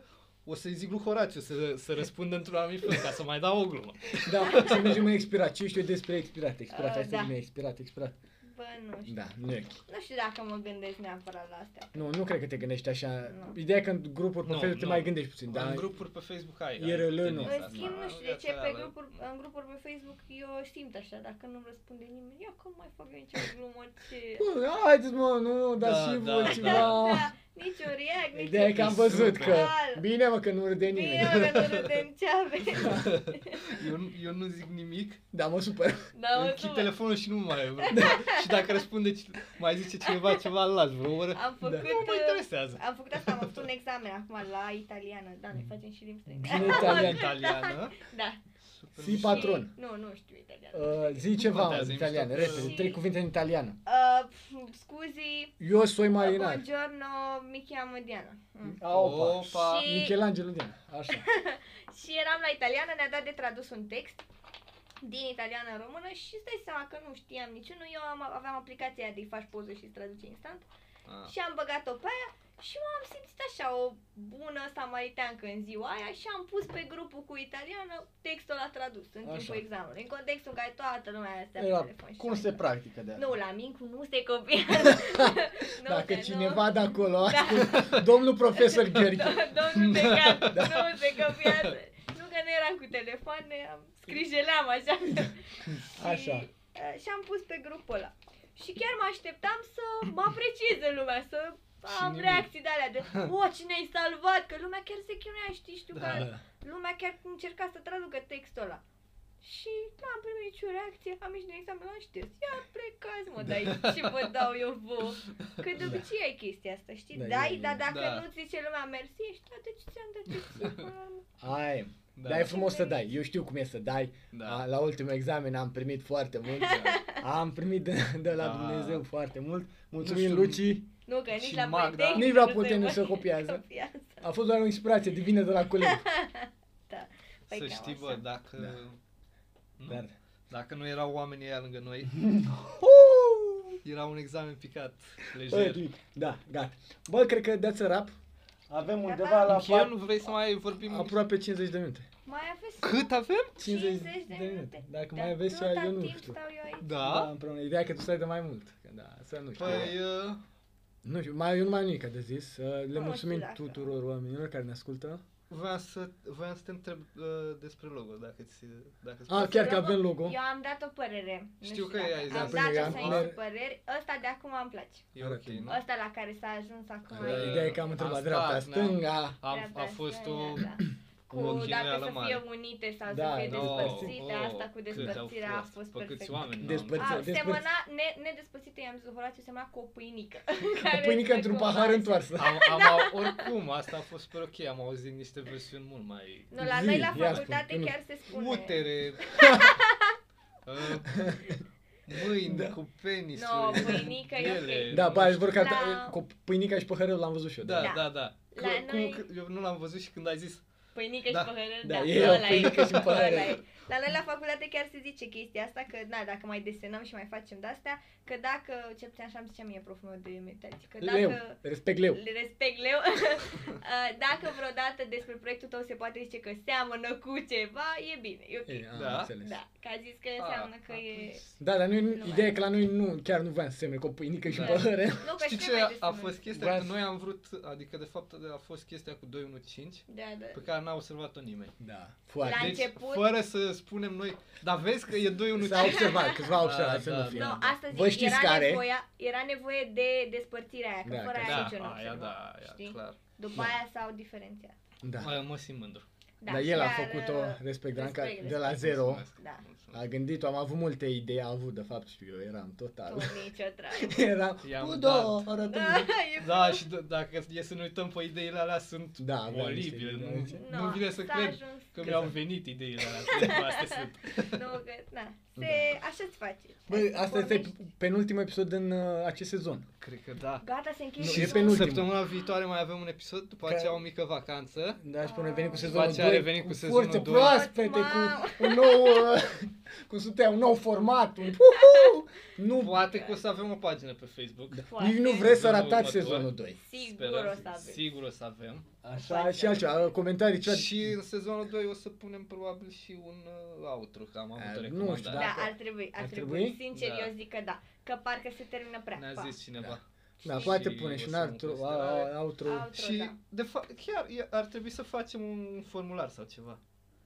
B: o să-i zic lui Horatiu să, să răspundă într-un anumit fel, ca să mai dau o glumă.
C: Da, să mergem în expirat. Ce știu eu despre expirat? Expirat,
D: Uh,
C: hai să
D: da.
C: gândim expirat, expirat.
D: bă, nu știu.
C: Da, nu e.
D: Nu știu dacă mă gândesc neapărat la astea.
C: Nu, nu cred că te gândești așa.
D: Nu.
C: Ideea e că în grupuri pe
B: Nu,
C: Facebook te
B: nu.
C: mai gândești puțin, da?
B: Dar
C: dar
B: în grupuri pe Facebook ai.
C: E
B: ai
C: rălănul.
B: tendința
D: În
B: asta.
D: schimb, nu știu de ce,
B: Viața
D: pe
B: reală.
D: grupuri, în grupuri pe Facebook eu simt așa, dacă nu-mi răspunde nimeni, ia că nu mai fac eu nicio glumă, ce...
C: Bă, haideți mă, nu, dar
B: Da,
C: și
B: da,
C: voi
B: da.
C: ceva.
D: Da, nici un react, nici
C: Ideea e că am văzut că...
D: Da.
C: Bine mă că nu râde
D: Bine,
C: nimeni.
D: mă, că nu râdem ce avem.
B: Eu, nu- eu nu zic nimic,
C: [laughs] Da, mă
B: [laughs]
C: supăr.
D: Da, mă,
B: închid
D: tu, mă,
B: telefonul și nu mai
D: [laughs]
B: Și dacă răspunde, ci- mai zice cineva ceva, îl las vreo oră.
D: am
C: Da.
D: făcut...
B: Nu mă
D: uh,
B: interesează.
D: Am făcut asta, am avut un examen acum la italiană. Da, ne facem și limbi străine.
C: Bine italian.
B: Italiană.
D: [laughs] Da.
B: Super
C: Si
B: mișto.
C: patru. Patron.
D: Și- Nu, nu știu italiană.
C: Uh, zi ceva mă,
B: contează,
C: în
B: e
C: italiană,
B: mișto.
C: repede,
D: Și-
C: trei cuvinte în italiană.
D: Uh, pf, scuzi,
C: Eu soi marinar.
D: buongiorno, mi chiamo Diana. Mm.
C: A, Opa.
B: Opa.
D: Și-
C: Michelangelo Diana, așa.
D: Și eram la italiană, ne-a dat de tradus un text din italiană în română și îți dai seama că nu știam niciunul. Eu am, aveam aplicația aia de faci poze și îți traduce instant.
B: Ah.
D: Și am băgat-o pe aia și m-am simțit așa o bună samariteancă în ziua aia și am pus pe grupul cu italiană textul la tradus în
C: Așa.
D: timpul examenului. În contextul în care toată lumea este pe
C: Era
D: telefon. și
C: curse
D: așa.
C: practică de asta.
D: Nu, la Mincu nu se
C: [laughs]
D: copiază. [laughs] Nu, Da.
C: Dacă
D: că
C: cineva
D: Nu.
C: de acolo ascult, [laughs] domnul profesor
D: Da.
C: Gheorghe.
D: Domnul
C: [laughs]
D: Decan,
C: Da.
D: nu se copiază. Nu că nu eram cu telefoane, am
C: Păi-
D: scrijeleam așa.
C: Așa.
D: Și, uh, și am pus pe grupul ăla. Și chiar mă așteptam să mă aprecieze lumea, să
B: Și
D: am
B: nimic.
D: reacții de alea de O, cine ai salvat? Că lumea chiar se chinuia, știi, știu că
C: Da.
D: lumea chiar încerca să traducă textul ăla. Și nu am primit nicio reacție, am ieșit din examen, l-am șters. Ia plecați mă, dar ce vă dau eu vouă? Că de
C: Da.
D: obicei ai chestia asta, știi?
C: Da,
D: Dai,
C: e-
D: dar dacă
B: da.
D: nu-ți zice lumea mersi, ești, da, de ce ți-am
C: [laughs]
D: dat ce ție, până la urmă?"
C: Ai,
B: Da.
C: dar e frumos să dai. Eu știu cum e să dai.
B: Da.
C: A, La ultimul examen am primit foarte mult. Am primit de, de la
B: Da.
C: Dumnezeu foarte mult.
B: Nu
C: Mulțumim,
B: știu.
C: Luci.
D: Nu, că
B: Și
D: nici la
B: Magda-
D: Politehnică
C: Nici la
D: se
C: Politehnică nu
D: mai
C: se copiază.
D: copiază.
C: A fost doar o inspirație divină de la coleg.
B: Da.
D: Păi
B: Să
D: cam
B: știi, bă,
D: așa.
B: dacă...
C: Da.
B: Nu.
C: Dar...
B: Dacă nu erau oamenii aia lângă
C: [laughs]
B: noi, era un examen picat,
C: Bă,
B: lejer.
C: Dumic, da, gata. Bă, cred că that's a rap. Avem
D: Gata?
C: undeva la
B: Încheiem,
C: pat-
B: nu vrei să mai vorbim?
C: aproape 50 de minute.
D: Mai aveți
B: Cât avem?
C: 50 de minute. Dacă mai
D: Dar
C: aveți,
D: Da, tot
C: eu
D: alt
C: nu
D: timp
C: știu.
D: stau eu aici.
C: Da,
B: Da.
C: împreună. Ideea e că tu stai de mai mult. Că Da, să nu știu.
B: Păi, uh,
C: Nu știu, mai, eu nu mai am nimic de zis. Uh, Le
D: știu
C: mulțumim
D: dacă-
C: tuturor oamenilor care ne ascultă.
B: voiam să, voiam să te întreb uh, despre logo, dacă ți... Dacă îți
C: Ah,
B: place.
C: chiar că
D: Logo?
C: avem logo.
D: Eu am dat o părere. Nu
B: Știu că
D: dacă-
B: i-ai
D: Am
B: dat
C: până
D: dat
C: eu
D: o
C: am-
D: să păreri. Ăsta de acum îmi place.
B: E ok, nu?
D: Ăsta la care s-a ajuns acum.
B: Că-
D: e
C: Ideea e că am întrebat
B: asta,
C: dreapta,
B: da.
C: stânga.
B: Am,
D: treaba
B: a fost
D: asta,
B: o...
D: da, da.
B: o
D: Cu dacă
B: chinuială
D: să
B: mare.
D: fie unite sau
C: Da,
D: să fie
C: no,
D: despărțite,
B: oh,
D: asta cu
B: cât au
D: despărțirea a fost
B: Bă, câți
D: perfect.
B: oameni n-au-
C: Despărțit.
D: A,
C: Despărți-
D: semăna, ne, nedespărțită, i-am zis, Horatiu, semăna cu o pâinică.
C: O pâinică într-un pahar întoarsă.
B: Am, am, au- oricum, asta a fost super ok, am auzit niște versiuni mult mai...
D: Nu, la
C: Zi,
D: noi la
C: ia
D: facultate [laughs]
C: spune,
D: chiar se spune.
B: Utere! uh, Mâini
C: Da.
B: cu penis.
D: No, mâinica e ok.
C: [laughs] Da, ba, vor ca
D: La-
C: cu pâinica și păhărul l-am văzut și eu.
B: Da,
D: Da.
B: da, da. da.
D: La
B: Cum- cum,
D: noi-
B: că- Eu nu l-am văzut și când ai zis
D: Pâinică
B: Da.
D: și păhărel,
C: Da,
D: da,
C: e
D: ăla e,
C: pâinică și păhărel.
D: ăla e. La noi la facultate chiar se zice chestia asta, că na, dacă mai desenăm și mai facem de-astea, că dacă, cel puțin așa îmi zicea mie proful meu de meditație, că
C: Leu,
D: Da, dacă... Da.
C: respect leu.
D: Le respect leu. [laughs] Uh, dacă vreodată despre proiectul tău se poate zice că seamănă cu ceva, e bine, e ok.
C: E, am
B: Da.
C: înțeles.
D: Da, că a zis că
B: Ah,
D: înseamnă că e...
C: Da, dar noi,
D: Nu
C: ideea e că la noi nu, chiar nu voiam să semne cu o pâinică și
D: Da.
C: păhărel.
D: Nu, că
B: Știi
D: știu
B: ce
D: mai
B: a
D: despre
B: fost chestia?
C: Vreau
B: Că
C: să-
B: noi am vrut, adică de fapt a fost chestia cu 215
D: noi. Da, da.
C: Păi,
B: pe care n-a observat-o nimeni.
C: Da, foarte.
D: La
B: deci,
D: început-
B: fără să spunem noi, dar vezi că e 215.
C: S-a observat, câțiva au observat,
B: Da,
C: să
B: da,
C: nu fie.
D: Nu,
B: da.
D: asta zic,
C: Vă știți
D: era,
C: care?
D: nevoia, era nevoie de despărțirea aia, că
C: Da,
D: fără
C: că-
D: aia
B: Da,
D: nici eu nu
B: aia, da,
D: observam,
B: aia,
D: știi?
B: clar.
D: După
C: Da.
D: aia s-au diferențiat.
C: Da.
B: Aia mă simt mândru.
D: Da,
C: Dar el a
D: chiar,
C: făcut-o, [laughs]
D: uh,
C: respect, Branca,
D: respect,
C: de la zero.
B: Mulțumesc,
D: Da.
B: mulțumesc.
C: A gândit-o, am avut multe idei, a avut, de fapt, știu eu, eram total.
D: Tu nicio treabă.
C: [laughs] Eram,
B: I-am
C: cu
B: dat.
C: două, oră
B: [laughs]
D: Da,
C: da.
D: e
B: Da, și d- dacă e să ne uităm pe ideile alea, sunt
C: Da,
B: da,
C: aveam niște
B: oribile.
C: idei,
B: Nu,
C: da.
D: No,
B: nu vine să
D: s-a
B: cred
D: ajuns.
B: că mi-au
C: Exact.
B: venit ideile alea. [laughs] că Astea sunt.
D: Nu, că, na, se, așa se face.
C: Bă, asta este
D: Vorbești.
C: penultimul episod în uh, acest sezon.
B: Cred că da.
D: Gata, se încheie.
C: Nu,
D: sezonul.
C: e penultimul.
E: Săptămâna viitoare mai avem un episod, după
C: Că-
E: aceea o mică vacanță.
C: Da, și până venim cu
D: După
C: sezonul
E: aceea
C: 2,
E: revenim cu sezonul
C: forțe
E: doi.
C: proaspete,
D: Mamă.
C: cu un nou, uh, [laughs] cum suntem, un nou format, un uhu! Nu,
E: Poate
B: Poate că o să avem o pagină pe
C: Da.
B: Facebook.
D: Foarte.
C: nici nu vreți să
B: Sezonul
C: ratați
B: următor.
C: sezonul 2.
D: Sigur
B: Sperăm.
D: o să avem.
B: Sigur o să avem.
C: Așa, și altceva, uh, comentarii, ceva.
E: Și în sezonul 2 o să punem probabil și un uh, outro, că am avut
C: Eh,
E: o
C: nu
E: recomandare.
C: știu,
D: Da, ar trebui, ar,
C: Ar
D: trebui.
C: trebui?
D: Sincer,
B: Da.
D: eu zic că da. Că parcă se termină prea.
B: Ne-a
D: Pa.
B: zis cineva.
C: Da,
D: Și-
C: poate
B: și
C: pune și
B: o
C: un
B: să luăm
C: outro,
B: considerare.
C: a- outro.
D: Outro.
B: Și,
D: Da.
B: de fapt, chiar e- ar trebui să facem un formular sau ceva.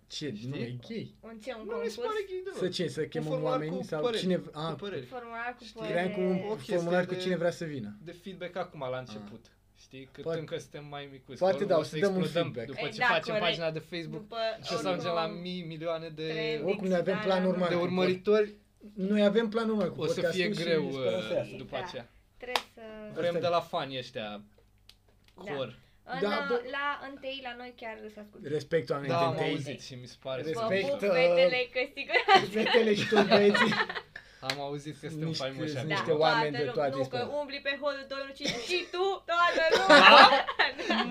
C: Ce, nu
B: Știi?
C: e gay?
D: Un ce, un
B: Nu mi
D: concurs?
B: se pare că e de
C: Să ce, să chemăm
B: formular
C: oamenii
B: cu
C: sau
B: păreri,
C: cine...
B: cu
C: A,
B: păreri.
D: Formular cu
B: Știi?
D: părere.
C: Cream cu
B: O
C: un
B: chestie
C: formular cu
B: de-
C: cine vrea să vină.
B: De feedback acum la început. Știi? Cât
C: Poate-
B: încă suntem mai micuți.
C: Poate
B: că
C: da, o
B: oricum
C: să dăm un
B: explodăm
C: feedback.
B: După
D: Eh,
B: ce
D: da,
B: facem
D: corect.
B: pagina de Facebook
D: După
E: Și o să
D: oricum,
E: ajungem la mii milioane de,
D: trei
C: Oricum, ne avem
D: da,
C: planul
D: da, da.
C: următor.
E: de urmăritori.
C: Noi avem planul următor cu
E: O să
C: podcastul
E: fie
C: și
E: greu
C: sperăm să
E: uh,
C: iasă.
E: după
D: Da.
E: aceea.
D: Trebuie să...
C: Asta e.
E: Vrem de la fani ăștia.
D: Da.
E: Cor.
D: În,
C: Da, bă-
D: la întâi, la noi chiar să ascultăm.
C: Respect oamenii
E: Da, am
C: de
E: auzit și mi se pare.
D: Vă
C: Respect.
D: pup
E: super.
C: uh,
D: fetele, că sigur...
C: Fetele și toți băieții.
E: Am auzit că suntem
C: Niște-
E: faimoși
C: sunt
E: acum.
C: niște
D: Da. toată
C: oameni de
D: lumea.
C: toate Da?
D: Nu,
C: spune.
D: că umbli pe holul 215 și tu, toată lumea.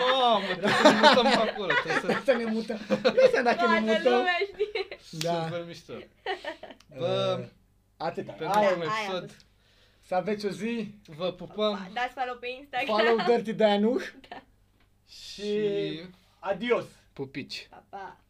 E: Mamă, trebuie să ne mutăm pe acolo. Trebuie să...
C: Să ne mutăm. Nu înseamnă dacă ne
D: Toată
C: mutăm.
D: lumea știe.
C: Da.
E: Da. Super mișto. Bă,
C: Bă, Atâta.
E: pentru
C: Hai,
E: un
D: aia a
E: episod.
D: fost.
C: Să aveți o zi.
E: Vă pupăm.
D: Dați follow pe Instagram.
C: Follow Dirty Danuch. Și
E: Și
C: adios.
E: pupici.
D: Pa, pa.